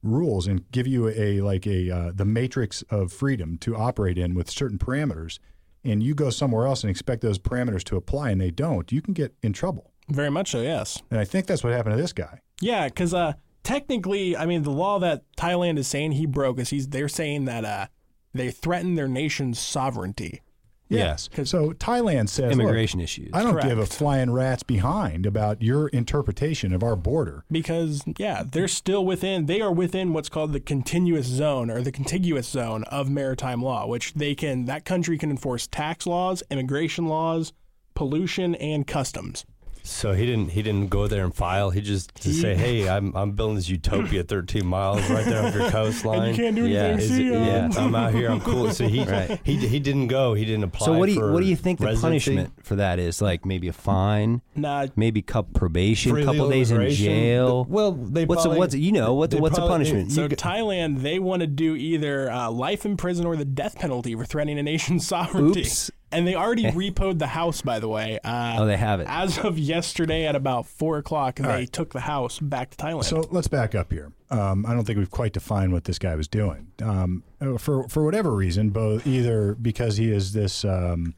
rules and give you a like a uh, the matrix of freedom to operate in with certain parameters, and you go somewhere else and expect those parameters to apply, and they don't, you can get in trouble.
Very much so, yes.
And I think that's what happened to this guy.
Yeah, because uh, technically, I mean, the law that Thailand is saying he broke is he's they're saying that uh, they threaten their nation's sovereignty.
Yes. So Thailand says "Look,
Immigration issues.
I don't give a
Correct.
flying rat's behind about your interpretation of our border.
because yeah, they're still within they are within what's called the continuous zone or the contiguous zone of maritime law, which they can that country can enforce tax laws, immigration laws, pollution and customs.
So he didn't he didn't go there and file. He just to say, hey, I'm I'm building this utopia 13 miles right there off your coastline.
And you can't do anything,
Yeah,
see ya.
yeah, I'm out here. I'm cool. So he
Right.
he he didn't go. He didn't apply.
So what do you
for
what do you think the
residency?
punishment for that is? Like maybe a fine,
Nah,
maybe cup probation,
Free
a couple
legal
days in
immigration?
jail.
Th- well, they
what's
probably-
a, what's a- you know what
they
what's a
probably-
punishment?
so
You g-
Thailand they want to do either uh, life in prison or the death penalty for threatening a nation's sovereignty.
Oops. Eh.
And they already repoed the house, by the way. Uh,
oh, they have it.
as of yesterday at about four o'clock, they took the house back to Thailand.
So let's back up here. Um, I don't think we've quite defined what this guy was doing. Um, uh, for for whatever reason, both either because he is this, um,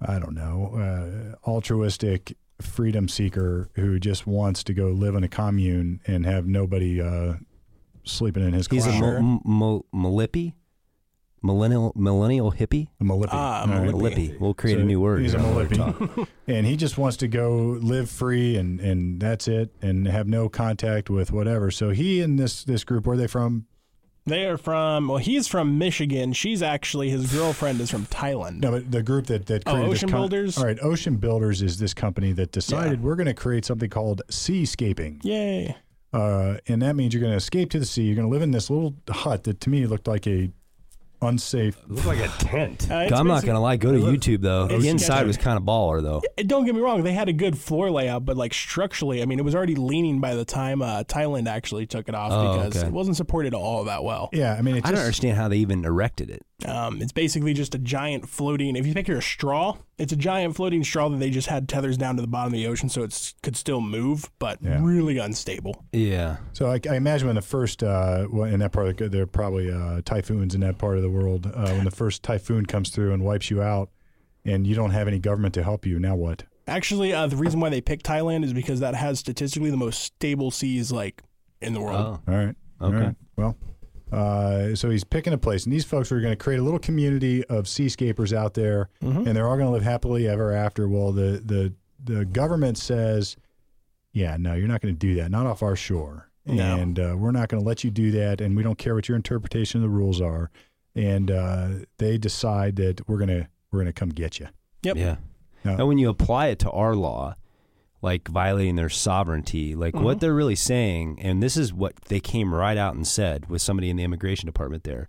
I don't know, uh, altruistic freedom seeker who just wants to go live in a commune and have nobody uh, sleeping in his
He's a
closet.
mo- m- mo- malippy, millennial millennial hippie.
a Malippy.
Ah,
All right.
Malippy.
Malippy. We'll create
So
a new word.
He's a
here on the
Malippy. and he just wants to go live free and, and that's it and have no contact with whatever. So he and this this group, where are they from?
They are from, well, he's from Michigan. She's actually, his girlfriend is from Thailand.
No, but the group that, that
Oh,
created this
Ocean
com-
Builders?
All right, Ocean Builders is this company that decided we're going to create something called seascaping.
Yay.
Uh, and that means you're going to escape to the sea. You're going to live in this little hut that to me looked like a unsafe.
Looked like a tent.
Uh, it's
I'm not
basic-
gonna lie. Go to YouTube though. The
Ocean
inside
County.
was kind of baller though.
And Don't get me wrong, they had a good floor layout, but like structurally, I mean, it was already leaning by the time uh, Thailand actually took it off
Oh,
because
okay.
it wasn't supported all that well.
Yeah, I mean, it
I don't
just
understand how they even erected it.
Um, it's basically just a giant floating, if you picture a straw, it's a giant floating straw that they just had tethers down to the bottom of the ocean so it could still move, but
Yeah.
really unstable.
Yeah.
So I, I imagine when the first uh, well, in that part of the, there are probably uh, typhoons in that part of the world. Uh, when the first typhoon comes through and wipes you out, and you don't have any government to help you, now what?
Actually, uh, the reason why they picked Thailand is because that has statistically the most stable seas like in the world.
Oh.
All right. All
Okay.
right. Well, uh, so he's picking a place, and these folks are going to create a little community of seascapers out there,
Mm-hmm.
and they're all going to live happily ever after. Well, the the the government says, "Yeah, no, you're not going to do that. Not off our shore,
No.
and uh, we're not going to let you do that. And we don't care what your interpretation of the rules are." And uh, they decide that we're gonna we're gonna come get you.
Yep.
Yeah.
Yeah.
And when you apply it to our law, like violating their sovereignty, like what they're really saying, and this is what they came right out and said with somebody in the immigration department there,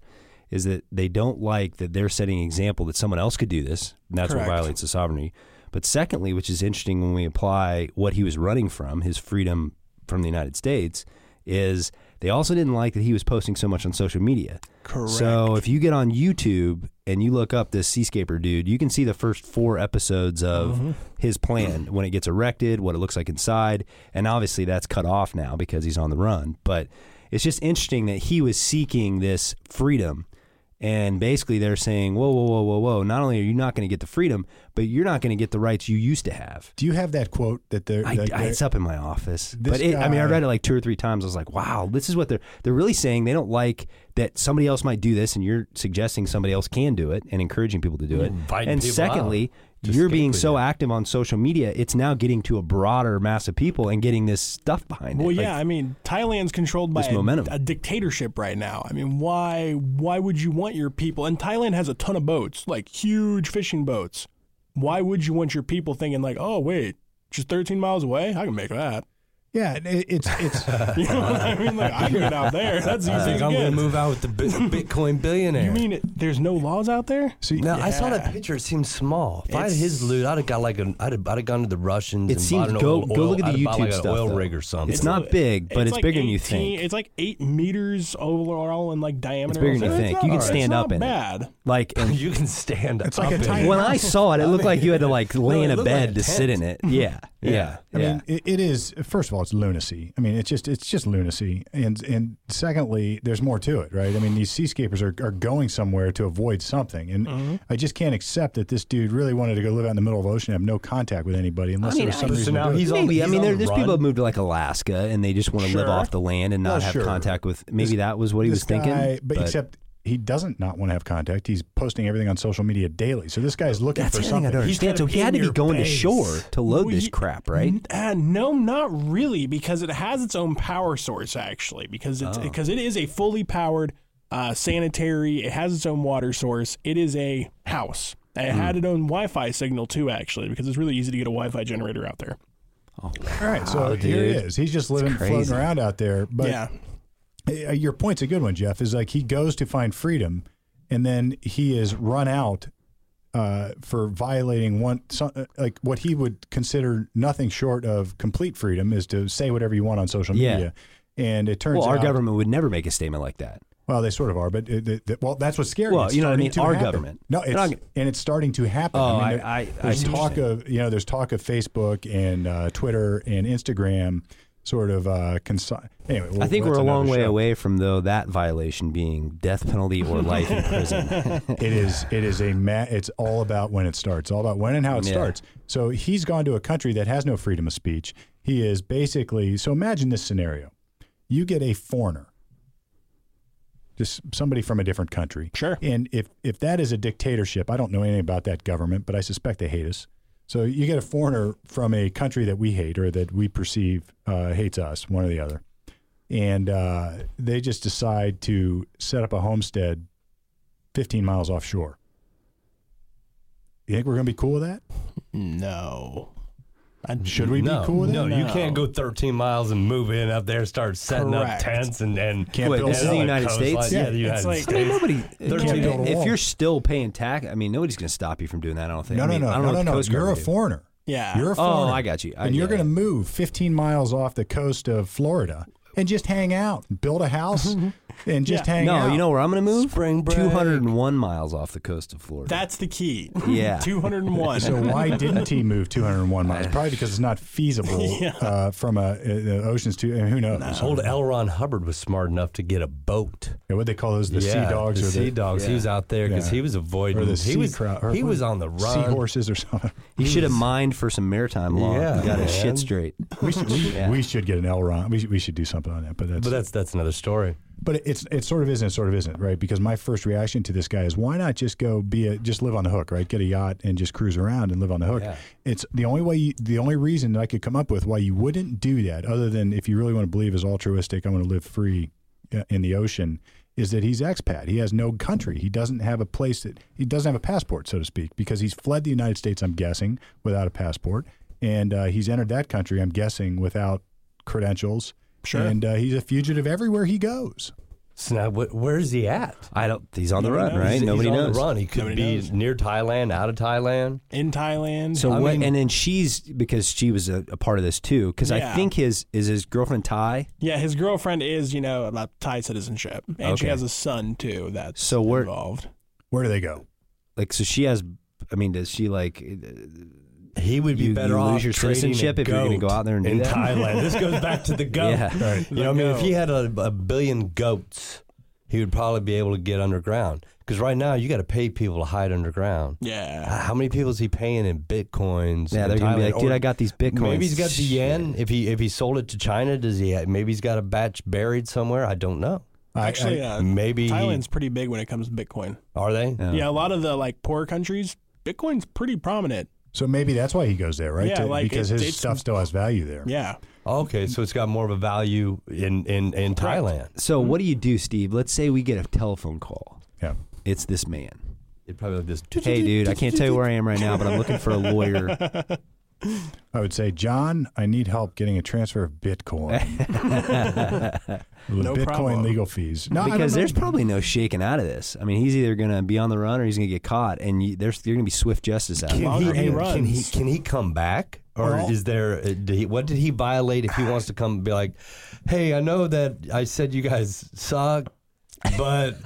is that they don't like that they're setting an example that someone else could do this. And that's
Correct.
what violates the sovereignty. But secondly, which is interesting when we apply what he was running from, his freedom from the United States, is they also didn't like that he was posting so much on social media.
Correct.
So if you get on YouTube and you look up this seascaper dude, you can see the first four episodes of his plan when it gets erected, what it looks like inside, and obviously that's cut off now because he's on the run. But it's just interesting that he was seeking this freedom. And basically, they're saying, "Whoa, whoa, whoa, whoa, whoa! Not only are you not going to get the freedom, but you're not going to get the rights you used to have."
Do you have that quote that they're?
I,
that
I-
they're-
it's up in my office.
This
But it, I mean, I
guy-
read it like two or three times. I was like, wow, this is what they're they're really saying. They don't like that somebody else might do this, and you're suggesting somebody else can do it and encouraging people to do it.
Inviting
and
people
secondly,
Just
you're
get
being
clear.
so active on social media, it's now getting to a broader mass of people and getting this stuff behind
Well,
it. Like,
yeah, I mean, Thailand's controlled by
This
a,
momentum.
a dictatorship right now. I mean, why why would you want your people? And Thailand has a ton of boats, like huge fishing boats. Why would you want your people thinking like, oh wait, just 13 miles away, I can make that.
Yeah, and it, it's it's
You know what I mean? Like I can get out there. That's easy.
I think
as it
I'm going
gets.
to move out with the bi- Bitcoin billionaire.
You mean it, there's no laws out there?
see,
No, I saw
Yeah.
that picture. It seemed small. If I had
It's-
his loot, I'd have got like an. I'd have, I'd have gone to the Russians.
It
and
seems-
bought an
go-
oil,
go look at the
I'd have bought,
YouTube
like
stuff,
An oil
though.
rig or something.
It's not big, but it's
like
bigger than you
18
think.
It's like eight meters overall in like diameter.
bigger than you
So
think.
not-
You can
it's
stand
not
up in it.
bad.
like and
you can stand.
It's
up
like a
in it.
tiny-
when I saw it, it looked like you had to like lay
it
in a
looked like
bed
a
to sit in it. Yeah, yeah,
I
yeah.
mean, it, it is. First of all, it's lunacy. I mean, it's just it's just lunacy. And and secondly, there's more to it, right? I mean, these seascapers are, are going somewhere to avoid something, and
Mm-hmm.
I just can't accept that this dude really wanted to go live out in the middle of the ocean, and have no contact with anybody, unless
I
there
mean,
was some
I- so
reason.
now
to do it.
he's on the-
maybe. I
he's
mean,
on
there,
the
there's people
run.
that moved to like Alaska and they just want to live
Sure.
off the land and not
Well,
have
sure.
contact with. Maybe that was what he was
This
thinking.
guy- but, except he doesn't not want to have contact. He's posting everything on social media daily, so this guy's looking
that's
for
the thing
something.
I don't
He's
understand. So
gotta
he
be
had to
in
be
your
going to
base.
shore to load
Well,
this
you-
crap, right?
N- Uh, no, not really, because it has its own power source actually, because
Oh.
it's because it is a fully powered uh, sanitary. It has its own water source. It is a house. And it
Hmm.
had its own Wi-Fi signal too, actually, because it's really easy to get a Wi-Fi generator out there.
All right, so here he is. He's just living, floating
crazy.
around out there. But
yeah,
uh, your point's a good one, Jeff. Is like he goes to find freedom, and then he is run out uh, for violating one so- uh, like what he would consider nothing short of complete freedom is to say whatever you want on social
Yeah.
media. And it turns
Well, our
out,
government would never make a statement like that.
well, they sort of are, but it, it- it- well, that's what's scary.
Well,
It's
you know what
starting
I mean?
to
Our
happen.
government.
No,
They're
it's,
not-
and it's starting to happen.
Oh,
I,
I-
mean, there-
I- I
there's
see what you're
talk of you know, there's talk of Facebook and uh, Twitter and Instagram, sort of. Uh, consi- anyway, well,
I think
that's
we're a long
another
way
show.
away from though that violation being death penalty or life in prison.
It is. It is a. Ma- it's all about when it starts. All about when and how it
Yeah.
starts. So he's gone to a country that has no freedom of speech. He is basically. So imagine this scenario: you get a foreigner, just somebody from a different country.
Sure.
And if if that is a dictatorship, I don't know anything about that government, but I suspect they hate us. So you get a foreigner from a country that we hate or that we perceive uh, hates us, one or the other, and uh, they just decide to set up a homestead 15 miles offshore. You think we're going to be cool with that?
no. I,
Should we
no,
be cool with
no,
that?
you
No.
can't go 13 miles and move in up there, start setting
Correct.
up tents, and then
Can't
Wait,
build
this is the
another
United States?
Yeah,
Yeah, the
it's
United
like-
States.
I mean,
nobody.
can't build a wall.
if you're still paying tax, I mean, nobody's going to stop you from doing that. I don't think.
No,
I mean,
no, no,
I don't
no,
know
no,
what the
no.
Coast Guard
You're a
would do.
foreigner.
Yeah.
You're a
Oh,
foreigner.
I got you. I-
and you're
yeah,
going to move 15 miles off the coast of Florida and just hang out, build a house, and just
Yeah.
hang
no,
out.
you know where I'm going to move?
Spring break.
201 miles off the coast of Florida.
That's the key.
Yeah.
201.
So why didn't he move 201 miles? Probably because it's not feasible uh, from a, uh the oceans to. I mean, who knows?
Old L. Ron Hubbard was smart enough to get a boat.
Yeah, what they call those? The
Yeah,
sea dogs
the
or
sea
the
dogs. He was out there because
Yeah.
he was avoiding.
or the
he
sea
was
crow- or
he
what-
was on the run.
Seahorses or something.
you should have mined for some maritime law.
Yeah,
you got his
man.
shit straight.
We should, we, we should get an Elron. We should, we should do something on that. But that's
But that's that's another story.
But it- it's it sort of isn't, it sort of isn't, right? Because my first reaction to this guy is, why not just go be a just live on the hook, right? Get a yacht and just cruise around and live on the hook.
Yeah.
It's the only way, you, the only reason that I could come up with why you wouldn't do that, other than if you really want to believe is altruistic, I want to live free uh, in the ocean, is that he's expat. He has no country. He doesn't have a place that he doesn't have a passport, so to speak, because he's fled the United States. I'm guessing without a passport, and uh, he's entered that country. I'm guessing without credentials.
Sure.
And uh, he's a fugitive everywhere he goes.
So now, wh- where is he at?
I don't. He's on the
Nobody
run,
knows.
right?
He's-
Nobody
he's on
knows.
the run. He could
Nobody
be
knows.
near Thailand, out of Thailand.
in Thailand.
So
I
what?
mean-
and then she's because she was a, a part of this too. Because
Yeah.
I think his is his girlfriend Ty.
yeah, his girlfriend is, you know, about Thai citizenship. And she
Okay.
has a son too that's
So we're
involved.
Where do they go?
like, so she has. I mean, does she like?
He would be
You-
better
you
off
lose your
trading
citizenship
a
if you're gonna go
goat
out there and do
in
that.
Thailand. this goes back to the goat.
Yeah.
Right.
You know, what I mean, if he had a, a billion goats, he would probably be able to get underground. Because right now, you got to pay people to hide underground.
Yeah.
How many people is he paying in bitcoins?
Yeah,
in
they're gonna be
Thailand?
like, dude,
Or
I got these bitcoins.
Maybe he's got the yen. If he if he sold it to China, does he? ha maybe he's got a batch buried somewhere. I don't know.
I-
Actually,
I-
uh,
Maybe he-
Thailand's pretty big when it comes to Bitcoin.
are they?
Yeah. a lot of the like poor countries Bitcoin's pretty prominent.
So maybe that's why he goes there, right?
Yeah,
To-
like,
because
it-
his
it's-
stuff still has value there.
Yeah.
Okay, so it's got more of a value in in, in Thailand.
So what do you do, Steve? Let's say we get a telephone call.
Yeah.
It's this man.
It probably like this.
Hey, dude, I can't tell you where I am right now, but I'm looking for a lawyer.
I would say, John, I need help getting a transfer of Bitcoin. With
No
Bitcoin
problem.
legal fees. No, I don't
because
know.
there's probably no shaking out of this. I mean, he's either going to be on the run or he's going to get caught, and you, there's you're going to be swift justice out. of it.
Can
longer
he,
he
and can he
runs.
can he come back or
Well-
is there uh, did he, what did he violate if he wants to come and be like hey I know that I said you guys suck but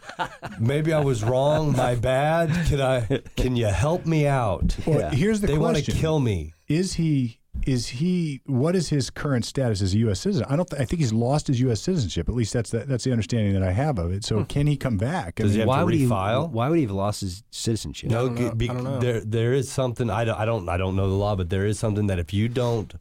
maybe I was wrong my bad can I can you help me out
Well, here's the
they want to
question.
kill me
is he is he what is his current status as a U.S. citizen? I don't. Th- I think he's lost his U.S. citizenship. At least that's the, that's the understanding that I have of it. So can he come back? I
Hmm. Does
mean,
he have
why
to
would
refile?
he? Why would he have lost his citizenship?
No, g- bec- there there is something I don't, I don't I don't know the law, but there is something that if you don't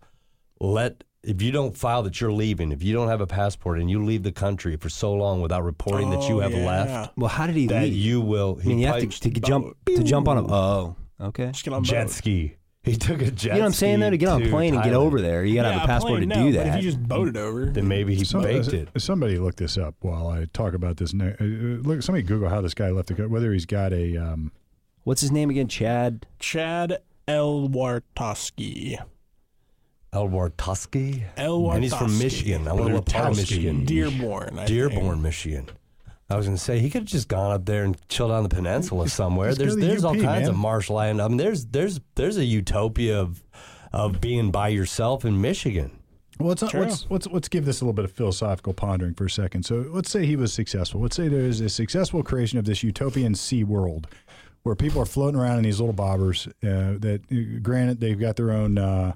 let if you don't file that you're leaving, if you don't have a passport and you leave the country for so long without reporting that you
Oh,
have
yeah.
left,
Well, how did he
that
leave?
you will.
I
He
mean, you have to,
probably-
to jump to jump on a. Oh, okay.
Just get on
jet
boat.
ski. He took a jet.
You know what I'm saying? Though to get on a plane and get over there, you got to
Yeah,
have a passport
plane,
to
no,
do
But
that.
if you just boated over,
Then maybe he
uh,
some- uh,
baked it.
Somebody look this up while I talk about this. Ne- uh, uh, look, somebody Google how this guy left the country. Whether he's got a um,
What's his name again? Chad.
Chad Elwartoski.
Elwar Tusky.
Elwartoski.
And he's from Michigan. I wonder what part of
Wartoski.
Michigan.
Dearborn. I
Dearborn, Michigan. I was going to say he could have just gone up there and chilled on the peninsula somewhere.
Let's go
There's
to the
there's all
UP,
kinds of
man.
marshland. I mean, there's there's there's a utopia of of being by yourself in Michigan.
Well, it's not,
True.
let's, let's let's give this a little bit of philosophical pondering for a second. So let's say he was successful. Let's say there is a successful creation of this utopian sea world, where people are floating around in these little bobbers. Uh, that, uh, granted, they've got their own uh,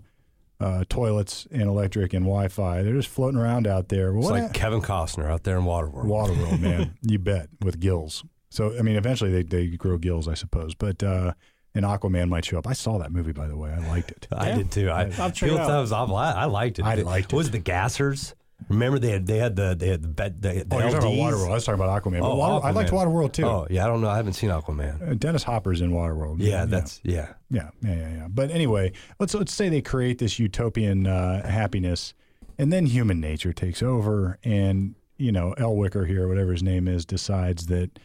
uh, toilets and electric and Wi-Fi. They're just floating around out there.
It's
What
like Kevin Costner out there in Waterworld.
water world, man. you bet with gills. So I mean, eventually they they grow gills, I suppose. But uh, an Aquaman might show up. I saw that movie, by the way. I liked it.
I did too. I
I'll check it
Bill
out.
Tubbs, I, li- I liked it.
I liked
it. Was it the gassers? Remember they had they had the they had the bet the, the
Oh, you're talking about
LDs?
Waterworld. I was talking about Aquaman. but
Oh,
Water, I liked
Aquaman.
Waterworld too.
Oh yeah, I don't know. I haven't seen Aquaman.
Uh, Dennis Hopper's in Waterworld.
Yeah, that's yeah.
yeah, yeah, yeah, yeah. But anyway, let's let's say they create this utopian uh, happiness, and then human nature takes over, and you know Elwicker here, whatever his name is, decides that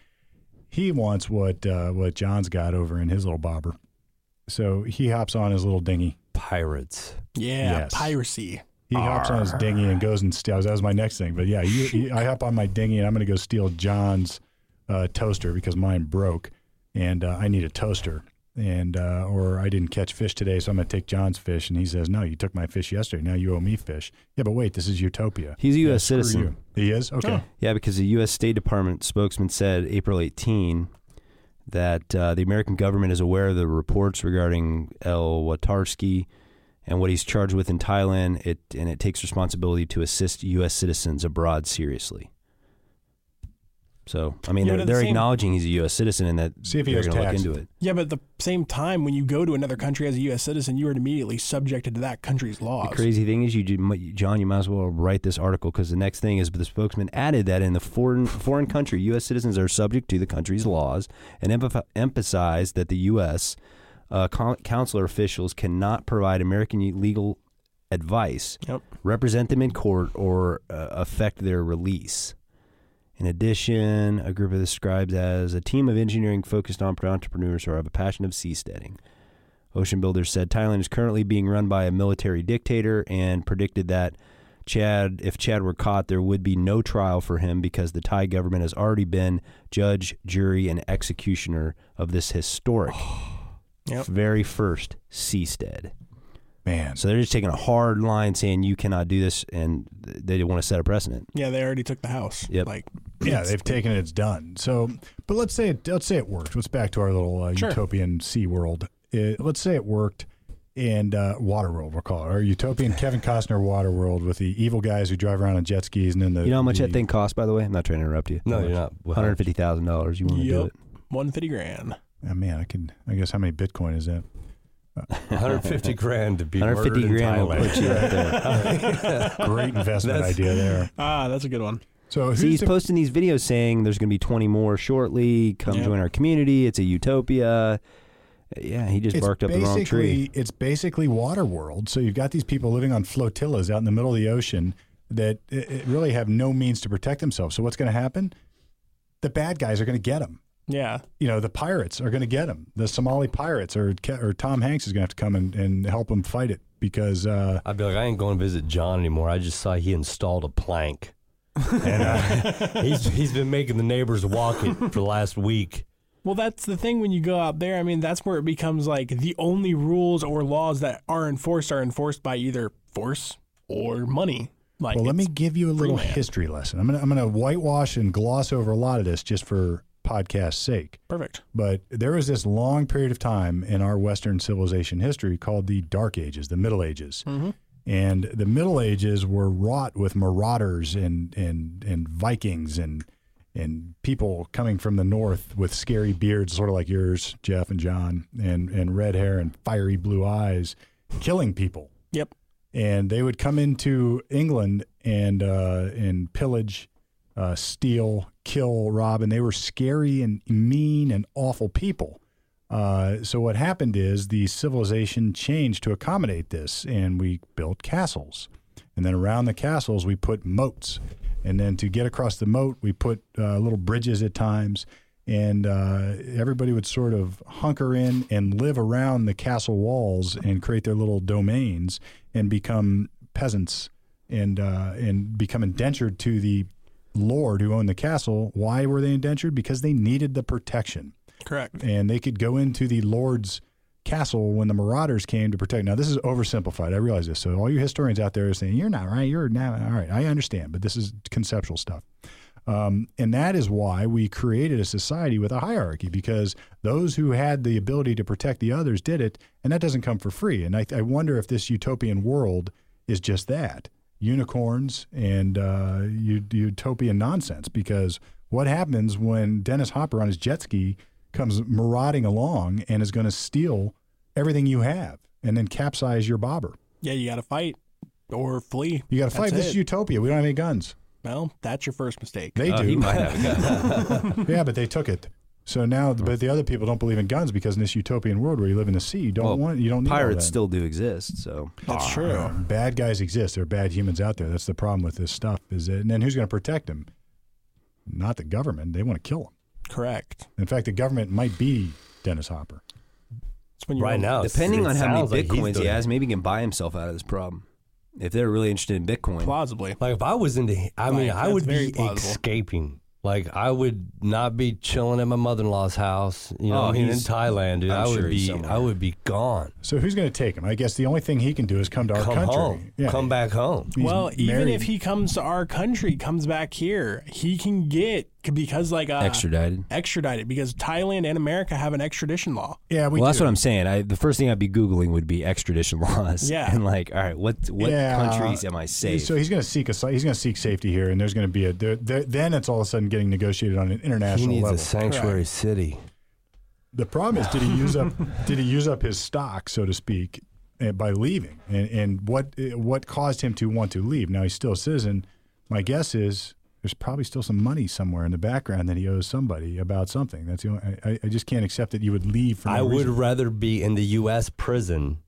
he wants what uh, what John's got over in his little bobber. So he hops on his little dinghy.
Pirates.
Yeah,
Yes.
piracy.
He hops on his dinghy and goes and steals. That was my next thing. But yeah, you, you, I hop on my dinghy and I'm going to go steal John's uh, toaster because mine broke and uh, I need a toaster. And uh, or I didn't catch fish today, so I'm going to take John's fish. And he says, "No, you took my fish yesterday. Now you owe me fish." Yeah, but wait, this is Utopia.
He's a
Yeah,
U.S.
screw
citizen.
you. He is okay.
Yeah, because the U.S. State Department spokesman said April 18 that uh, the American government is aware of the reports regarding El Watarski and what he's charged with in Thailand, it, and it takes responsibility to assist U.S. citizens abroad seriously. So, I mean,
Yeah, but
they're,
at the
they're
same-
acknowledging he's a U.S. citizen and that
See if he
they're
has
going to look
taxed.
into it.
Yeah, but at the same time, when you go to another country as a U.S. citizen, you are immediately subjected to that country's laws.
The crazy thing is, you, do- mu- John, you might as well write this article because the next thing is the spokesman added that in the foreign foreign country, U.S. citizens are subject to the country's laws, and emph- emphasized that the U.S. Uh, con- consular officials cannot provide American legal advice,
Yep.
represent them in court, or uh, affect their release. In addition, a group is described as a team of engineering focused on entrepreneurs who have a passion of seasteading. Ocean Builders said Thailand is currently being run by a military dictator and predicted that Chad, if Chad were caught, there would be no trial for him because the Thai government has already been judge, jury, and executioner of this historic,
Yep.
very first seastead.
Man,
So they're just taking a hard line saying you cannot do this, and th- they want to set a precedent.
Yeah, they already took the house.
Yep.
Like,
yeah, they've taken it. It's done. So, but let's say it. Let's say it worked. Let's back to our little uh,
Sure.
utopian sea world. It, let's say it worked, and uh, water world. We'll call it our utopian Kevin Costner water world with the evil guys who drive around on jet skis and then the.
You know how much
the,
that thing costs, by the way? I'm not trying to interrupt you.
No, you're not.
One hundred fifty thousand dollars. You want to do
yep,
it?
one fifty grand.
Oh, man, I can. I guess how many Bitcoin is that?
150 grand to be
One hundred fifty
murdered in
grand will
Thailand.
put you up there.
Great investment
That's-
idea there.
Ah, that's a good one.
So who's
See, he's
the,
posting these videos saying there's going to be 20 more shortly. Come
Yeah.
join our community. It's a utopia. Yeah, he just barked up the wrong tree.
It's basically water world. So you've got these people living on flotillas out in the middle of the ocean that uh, uh, really have no means to protect themselves. So what's going to happen? The bad guys are going to get them.
Yeah.
You know, the pirates are going to get them. The Somali pirates or Ke- or Tom Hanks is going to have to come and, and help them fight it because uh,
I'd be like, I ain't going to visit John anymore. I just saw he installed a plank. and uh, he's, he's been making the neighbors walk it for the last week.
Well, that's the thing when you go out there. I mean, that's where it becomes like the only rules or laws that are enforced are enforced by either force or money. Like,
Well, let me
it's-
give you a little
freelance.
history lesson. I'm gonna I'm gonna whitewash and gloss over a lot of this just for podcast sake.
perfect.
But there was this long period of time in our Western civilization history called the Dark Ages, the Middle Ages, and the Middle Ages were wrought with marauders and and and Vikings and and people coming from the north with scary beards, sort of like yours, Jeff and John, and and red hair and fiery blue eyes, killing people
Yep.
and they would come into England and uh, and pillage, uh, steal, kill, rob, and they were scary and mean and awful people. Uh, so what happened is the civilization changed to accommodate this, and we built castles, and then around the castles we put moats, and then to get across the moat we put uh, little bridges at times. And uh, everybody would sort of hunker in and live around the castle walls and create their little domains and become peasants and uh, and become indentured to the lord who owned the castle. Why were they indentured? Because they needed the protection
Correct.
and they could go into the Lord's castle when the marauders came to protect. Now, this is oversimplified. I realize this. So, all you historians out there are saying, you're not right. You're not. All right. I understand, but this is conceptual stuff. Um, and that is why we created a society with a hierarchy because those who had the ability to protect the others did it, and that doesn't come for free. And I, I wonder if this utopian world is just that unicorns and uh, ut- utopian nonsense. Because what happens when Dennis Hopper on his jet ski comes marauding along and is going to steal everything you have and then capsize your bobber?
Yeah, you got to fight or flee.
You got to
That's
fight. This is
it.
utopia. We don't have any guns.
Well, that's your first mistake.
They
Oh,
do.
he might have a gun.
Yeah, but they took it. So now, but the other people don't believe in guns because in this utopian world where you live in the sea, you don't
Well,
want, you don't need all
Pirates
that.
still do exist, so
That's true.
Bad guys exist. There are bad humans out there. That's the problem with this stuff. Is that, and then who's going to protect them? Not the government. They want to kill them.
Correct.
In fact, the government might be Dennis Hopper.
It's when you
Right
roll-
now, it's-
depending
it
on how
sounds
many
like he's
bitcoins he
doing it.
has, maybe he can buy himself out of this problem. If they're really interested in Bitcoin,
plausibly.
Like if I was into, I mean,
Like,
I
that's
would
very
be
plausible.
escaping. Like I would not be chilling at my mother in law's house. You know,
Oh,
I mean, in
he's-
Thailand, dude.
I'm
I would
sure he's
be,
somewhere.
I would be gone.
So who's going to take him? I guess the only thing he can do is come to our
Come
country.
home.
Yeah.
Come back home.
He's
well, even
married.
if he comes to our country, comes back here, he can get because like uh,
extradited.
extradited because Thailand and America have an extradition law.
yeah, we
well, that's
do.
what I'm saying. I, the first thing I'd be googling would be extradition laws.
Yeah.
and like, all right, what what
Yeah.
countries am I safe?
So he's going to seek a, he's going to seek safety here, and there's going to be a there, there, then it's all of a sudden getting negotiated on an
He
international
needs
level.
a sanctuary city.
The problem is, did he use up did he use up his stock, so to speak, eh, by leaving? And and what eh, what caused him to want to leave? Now he's still a citizen. My guess is there's probably still some money somewhere in the background that he owes somebody about something. That's the only, I- I, I just can't accept that you would leave for no
I would
reason.
rather be in the U.S. prison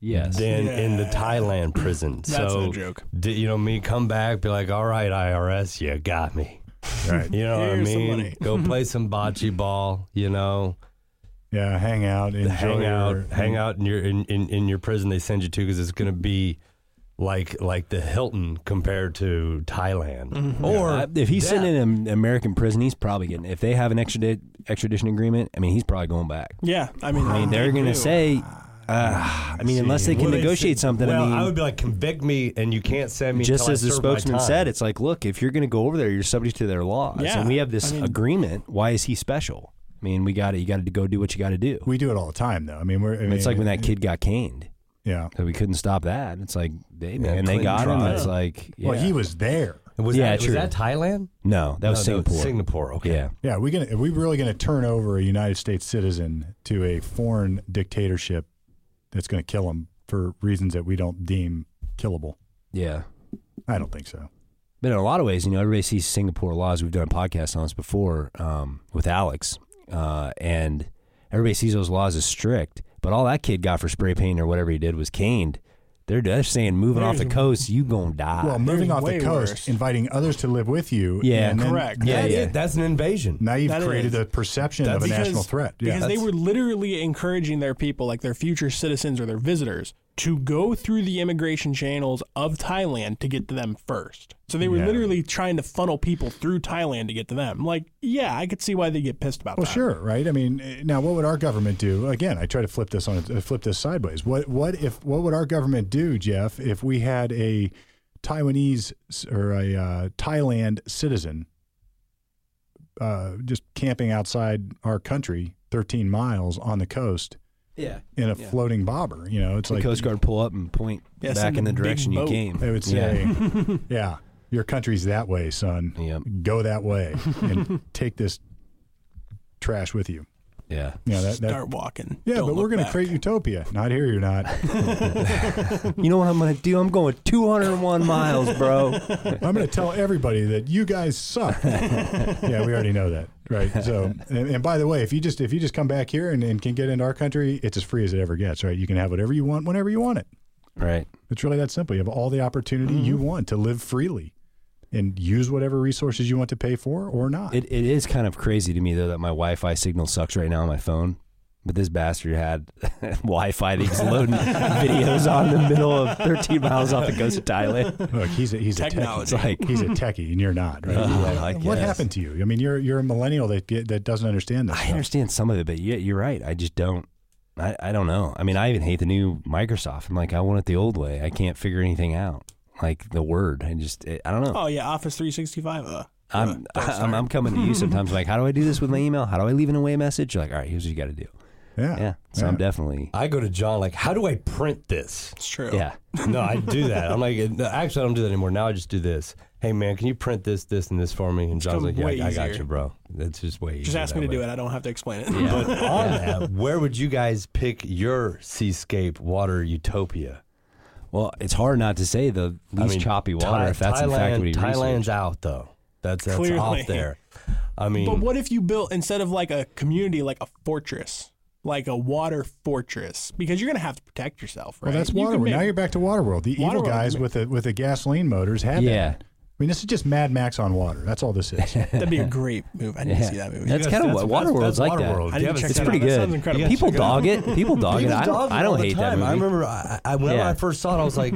yes,
than in the Thailand prison.
That's
so,
no joke.
d- you know, me come back, be like, all right, IRS, you got me.
Right.
You know
Here's
what I
some
mean?
money.
Go play some bocce ball. You know,
yeah, hang out, enjoy
hang out,
your-
hang out in your in, in, in your prison they send you to because it's going to be like like the Hilton compared to Thailand.
Mm-hmm.
Or if he's
death.
sitting in an American prison, he's probably getting. If they have an extradite, extradition agreement, I mean, he's probably going back.
Yeah, I mean,
I mean, they're going to say. Uh, I mean, unless they can
Well, they
negotiate
said-
something.
Well,
I mean,
would be like, convict me, and you can't send me.
just
until I
as the
serve my
spokesman
time.
said, it's like, look, if you're going to go over there, you're subject to their laws,
Yeah.
and we have this
I mean-
agreement. Why is he special? I mean, we got to You got to go do what you got to do.
We do it all the time, though. I mean, we're I mean,
it's like when that kid got caned,
yeah.
so we couldn't stop that. It's like, they,
Yeah,
man, they
Clinton
got him.
tried.
It's like, yeah.
Well, he was there.
was
Yeah,
that, was
true.
that Thailand?
no, that was
No, no,
Singapore.
Singapore. Okay.
Yeah,
Yeah, we gonna are we really gonna turn over a United States citizen to a foreign dictatorship that's gonna kill him for reasons that we don't deem killable?
yeah.
I don't think so.
But in a lot of ways, you know, everybody sees Singapore laws. We've done a podcast on this before um, with Alex, uh, and Everybody sees those laws as strict, but all that kid got for spray paint or whatever he did was caned. They're just saying moving off the
There's-
coast, you gonna die.
Well, moving off the
way
coast,
worse.
inviting others to live with you.
Yeah,
and then
correct.
now-
Yeah,
That
yeah.
is- that's an invasion.
Now you've
That
created
is.
a perception
That's
of a
because-
national threat. Yeah.
because they
that's-
were literally encouraging their people, like their future citizens or their visitors, to go through the immigration channels of Thailand to get to them first. So they were
Yeah.
literally trying to funnel people through Thailand to get to them. Like, yeah, I could see why they get pissed about
Well,
that.
sure, right? I mean, eh, now what would our government do? Again, I try to flip this on, its- uh, flip this sideways. What, what if, what would our government do, Jeff, if we had a Taiwanese s- or a uh, Thailand citizen uh, just camping outside our country, thirteen miles on the coast
yeah.
in a floating bobber? You know, it's
The
like
Coast Guard pull up and point
Yeah,
back
send
in the
a big
direction you
boat.
came.
they would say, yeah. your country's that way, son.
Yep.
Go that way and take this trash with you."
Yeah.
Yeah, that, that,
Start walking.
Yeah,
Don't
but we're
look
going to
back.
create utopia. Not here, you're not.
You know what I'm gonna do? I'm going 201 miles, bro.
I'm going to tell everybody that you guys suck. yeah, we already know that, right? So, and, and by the way, if you just if you just come back here and, and can get into our country, it's as free as it ever gets, right? You can have whatever you want whenever you want it.
Right.
It's really that simple. You have all the opportunity you
Mm-hmm.
want to live freely and use whatever resources you want to pay for or not.
It, it is kind of crazy to me though that my Wi-Fi signal sucks right now on my phone. But this bastard had Wi-Fi that he's loading videos on in the middle of 13 miles off the coast of Thailand.
Look, he's a, he's a techie.
Technology.
It's like,
He's a techie, and you're not. Right?
Oh,
You're
I
like, what
guess.
happened to you? I mean, you're you're a millennial that that doesn't understand this.
I
stuff.
understand some of it, but yeah, you're right. I just don't. I, I don't know. I mean, I even hate the new Microsoft. I'm like, I want it the old way. I can't figure anything out. Like the word, I just, I don't know.
Oh yeah, Office 365. Uh,
I'm, I'm I'm coming to you sometimes. Like, how do I do this with my email? How do I leave an away message? You're like, all right, here's what you got to do.
Yeah.
Yeah. So I'm definitely.
I go to John like, how do I print this?
it's true.
Yeah.
No, I do that. I'm like, no, actually, I don't do that anymore. Now I just do this. Hey man, can you print this, this, and this for me? And John's
come
like, Yeah,
way
I, I got
easier.
you, bro. That's just way.
Just ask me to do it. I don't have to explain it.
Yeah.
But on that, where would you guys pick your seascape water utopia?
Well, it's hard not to say the least choppy water
Thai-
if that's in fact
Thailand-
what he
Thailand's
researched.
out though. That's that's
Clearly.
off there. I mean,
But what if you built instead of like a community, like a fortress, like a water fortress? Because you're gonna have to protect yourself, right?
Well, that's
You can
Waterworld.
make-
now you're back to Waterworld. The evil
Waterworld-
guys with the with the gasoline motors had that.
Yeah.
I mean, this is just Mad Max on water. That's all this is.
That'd be a great move. I need to see that movie.
That's
Yes,
kind of
that's-
what
that's-
Waterworld's
that's
like
Waterworld.
that.
You
I need
haven't
to check
It's
that
pretty
out. That
good.
sounds incredible.
People
Check it out.
dog it. People dog it.
People dog
I don't,
it
I
all
don't
the
hate
time. I
that movie.
remember I, I, when
Yeah.
I first saw it, I was like,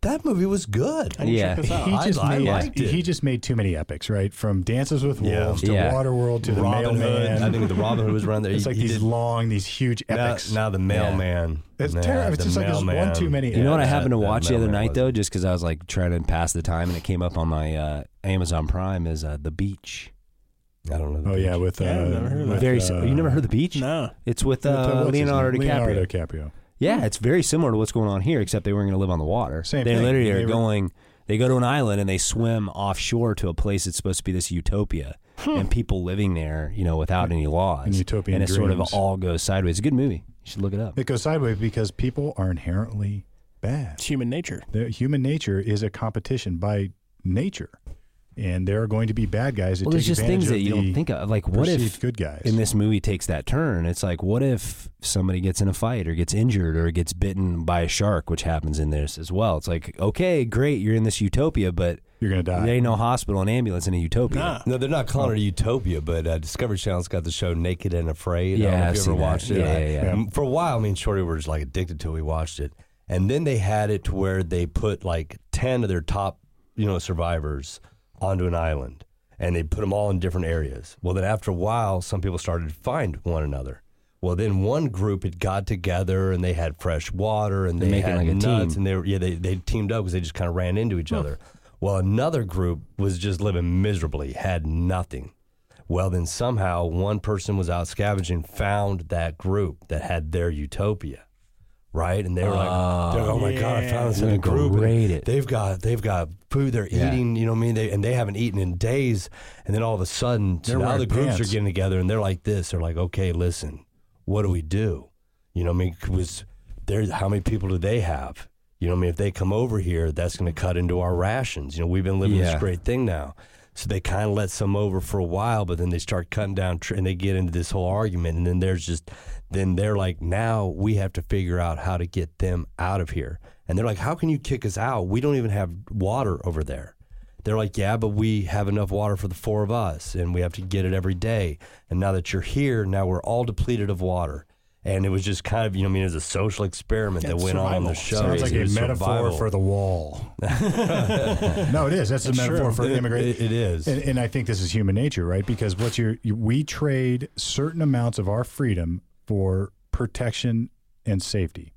that movie was good.
I need to
Yeah.
check this out.
He
I-
just
I
made
liked it.
he just made too many epics, right? From Dances with
Yeah.
Wolves to
Yeah.
Waterworld to the
Robin
Mailman.
Hood. I think the Robin Hood was around there.
it's
He-
like
he
these
did-
long, these huge
now,
epics. Oh,
now the mailman.
It's
Nah,
terrible. It's
the
just like there's one
mailman.
too many.
Yeah,
You
You know what I
that-
happened to
that
watch the other
mailman
night
was-
though, just because I was like trying to pass the time, and it came up on my uh, Amazon Prime is uh, the beach.
I don't know. the
oh yeah, with uh,
Yeah, I've never heard of
with,
that.
Very.
uh,
si- you never heard the beach?
No.
It's with
with, uh,
uh,
what's his
Leonardo
name?
DiCaprio.
Leonardo DiCaprio.
Yeah, it's very similar to what's going on here, except they weren't going to live on the water.
Hmm. Same
they
thing.
literally
They
are
were-
going. They go to an island and they swim offshore to a place that's supposed to be this utopia, and people living there, you know, without any laws.
Hmm. And utopian
and it sort of
dreams.
all goes sideways. It's a good movie. You should look it up.
It goes sideways because people are inherently bad.
It's human nature.
The human nature is a competition by nature, and there are going to be bad guys that
Well,
take
there's just
advantage
things
of
that you
the
don't think of. Like, what
perceived
if
good guys.
in this movie takes that turn? It's like, what if somebody gets in a fight or gets injured or gets bitten by a shark, which happens in this as well? It's like, okay, great, you're in this utopia, but
You're gonna
there
die.
ain't no hospital and ambulance in a utopia.
Nah.
No, they're not calling it a utopia, but uh, Discovery Channel's got the show Naked and Afraid. I don't
Yeah,
know
I've
if you
seen
ever
that.
watched it.
Yeah,
I-
yeah, yeah.
m- For a while, me and Shorty were just like addicted to it. We watched it. And then they had it to where they put like 10 of their top, you know, survivors onto an island and they put them all in different areas. Well, then after a while, some people started to find one another. Well, then one group had got together and they had fresh water and they
making
had
like a
nuts
team.
and they were, yeah they, they teamed up because they just kind of ran into each other. Well, another group was just living miserably, had nothing. Well, then somehow one person was out scavenging, found that group that had their utopia, right? And they were like, they're like, "Oh my god, I found this
We're
other
gonna go
group. and
raid it.
They've got they've got food they're
Yeah.
eating, you know what I mean? They, and they haven't eaten in days. And then all of a sudden,
They're
so now
wearing
the groups are
pants.
getting together and they're like this. They're like, okay, listen, what do we do? You know, what I mean, was there? How many people do they have? You know, what I mean, if they come over here, that's going to cut into our rations. You know, we've been living
Yeah.
this great thing now. So they kind of let some over for a while, but then they start cutting down tr- and they get into this whole argument. And then there's just, then they're like, now we have to figure out how to get them out of here. And they're like, how can you kick us out? We don't even have water over there. They're like, yeah, but we have enough water for the four of us and we have to get it every day. And now that you're here, now we're all depleted of water. And it was just kind of, you know, I mean, it was a social experiment that
That's
went on on the
survival.
show.
Sounds like
It
a
was
metaphor
survival.
for the wall. no, it is. That's a metaphor for
It-
immigration.
it- it is.
And, and I think this is human nature, right? Because what's your you- we trade certain amounts of our freedom for protection and safety,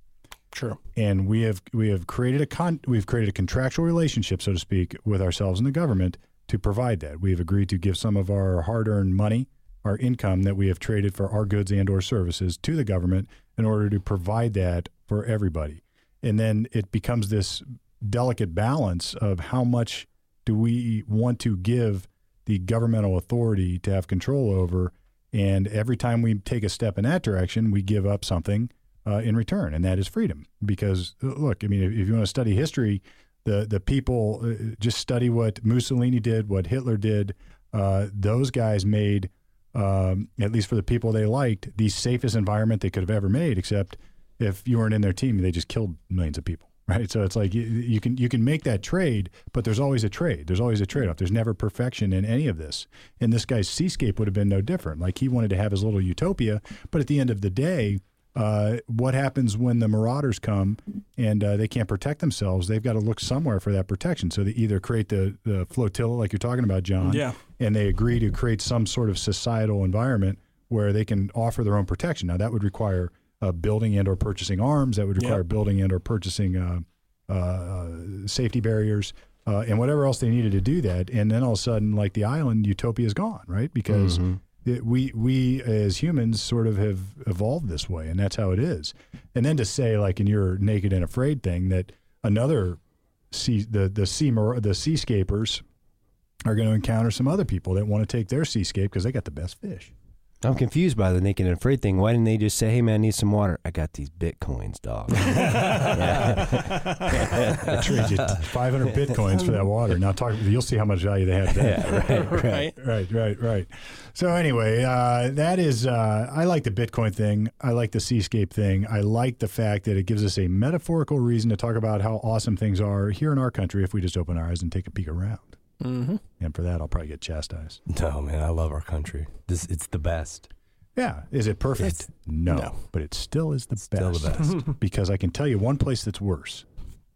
True.
and we have we have created a con we've created a contractual relationship, so to speak, with ourselves and the government to provide that. We have agreed to give some of our hard earned money, our income that we have traded for our goods and or services to the government in order to provide that for everybody, and then it becomes this delicate balance of how much do we want to give the governmental authority to have control over? And every time we take a step in that direction, we give up something uh, in return, and that is freedom. Because uh, look, I mean, if, if you want to study history, the the people uh, just study what Mussolini did, what Hitler did. Uh, those guys made, um, at least for the people they liked, the safest environment they could have ever made. Except if you weren't in their team, they just killed millions of people right? So it's like you, you can you can make that trade, but there's always a trade. There's always a trade off. There's never perfection in any of this. And this guy's seascape would have been no different. Like he wanted to have his little utopia, but at the end of the day. Uh, what happens when the marauders come and uh, they can't protect themselves? They've got to look somewhere for that protection. So they either create the, the flotilla, like you're talking about, John,
Yeah.
and they agree to create some sort of societal environment where they can offer their own protection. Now that would require uh, building and or purchasing arms. That would require building and or purchasing uh, uh, uh, safety barriers uh, and whatever else they needed to do that. And then all of a sudden, like the island utopia is gone, right? Because it- we we as humans sort of have evolved this way, and that's how it is. And then to say like in your naked and afraid thing that another sea the the sea mar- the seascapers are going to encounter some other people that want to take their seascape because they got the best fish.
I'm confused by the naked and afraid thing. Why didn't they just say, "Hey man, I need some water. I got these bitcoins, dog."
I trade you 500 bitcoins for that water. Now talk. You'll see how much value they have. There.
right.
right, right, right. So anyway, uh, that is. Uh, I like the Bitcoin thing. I like the seascape thing. I like the fact that it gives us a metaphorical reason to talk about how awesome things are here in our country if we just open our eyes and take a peek around. Mm-hmm. And for that, I'll probably get chastised.
No, man, I love our country. This it's the best.
Yeah. Is it perfect?
It's-
no,
no.
But it still is the
Still
best.
the best.
because I can tell you one place that's worse.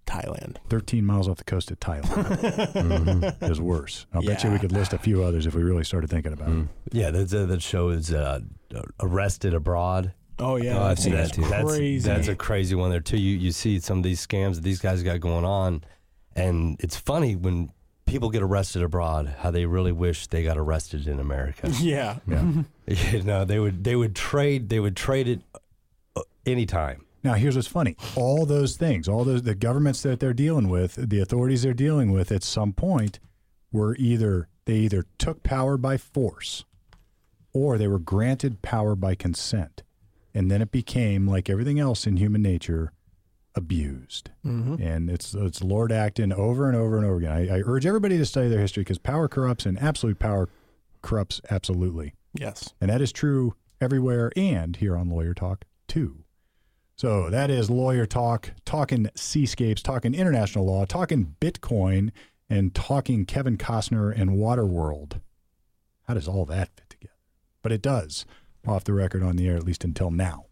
Thailand.
13 miles off the coast of Thailand Mm-hmm. is worse. I'll bet you we
Yeah.
could list a few others if we really started thinking about it.
yeah, that uh, that show is uh, Arrested Abroad.
Oh yeah,
Oh, I've seen
that's
that, too.
That's
Crazy.
that's a crazy one there too. You you see some of these scams that these guys got going on, and it's funny when people get arrested abroad how they really wish they got arrested in America.
yeah.
you know, they would they would trade they would trade it uh, anytime.
Now, here's what's funny. All those things, all those the governments that they're dealing with, the authorities they're dealing with at some point were either they either took power by force or they were granted power by consent. And then it became like everything else in human nature abused.
Mm-hmm.
And it's it's Lord Acton over and over and over again. I, I urge everybody to study their history because power corrupts and absolute power corrupts absolutely.
Yes.
And that is true everywhere and here on Lawyer Talk, too. So that is Lawyer Talk, talking seascapes, talking international law, talking Bitcoin, and talking Kevin Costner and Waterworld. How does all that fit together? But it does, off the record on the air, at least until now.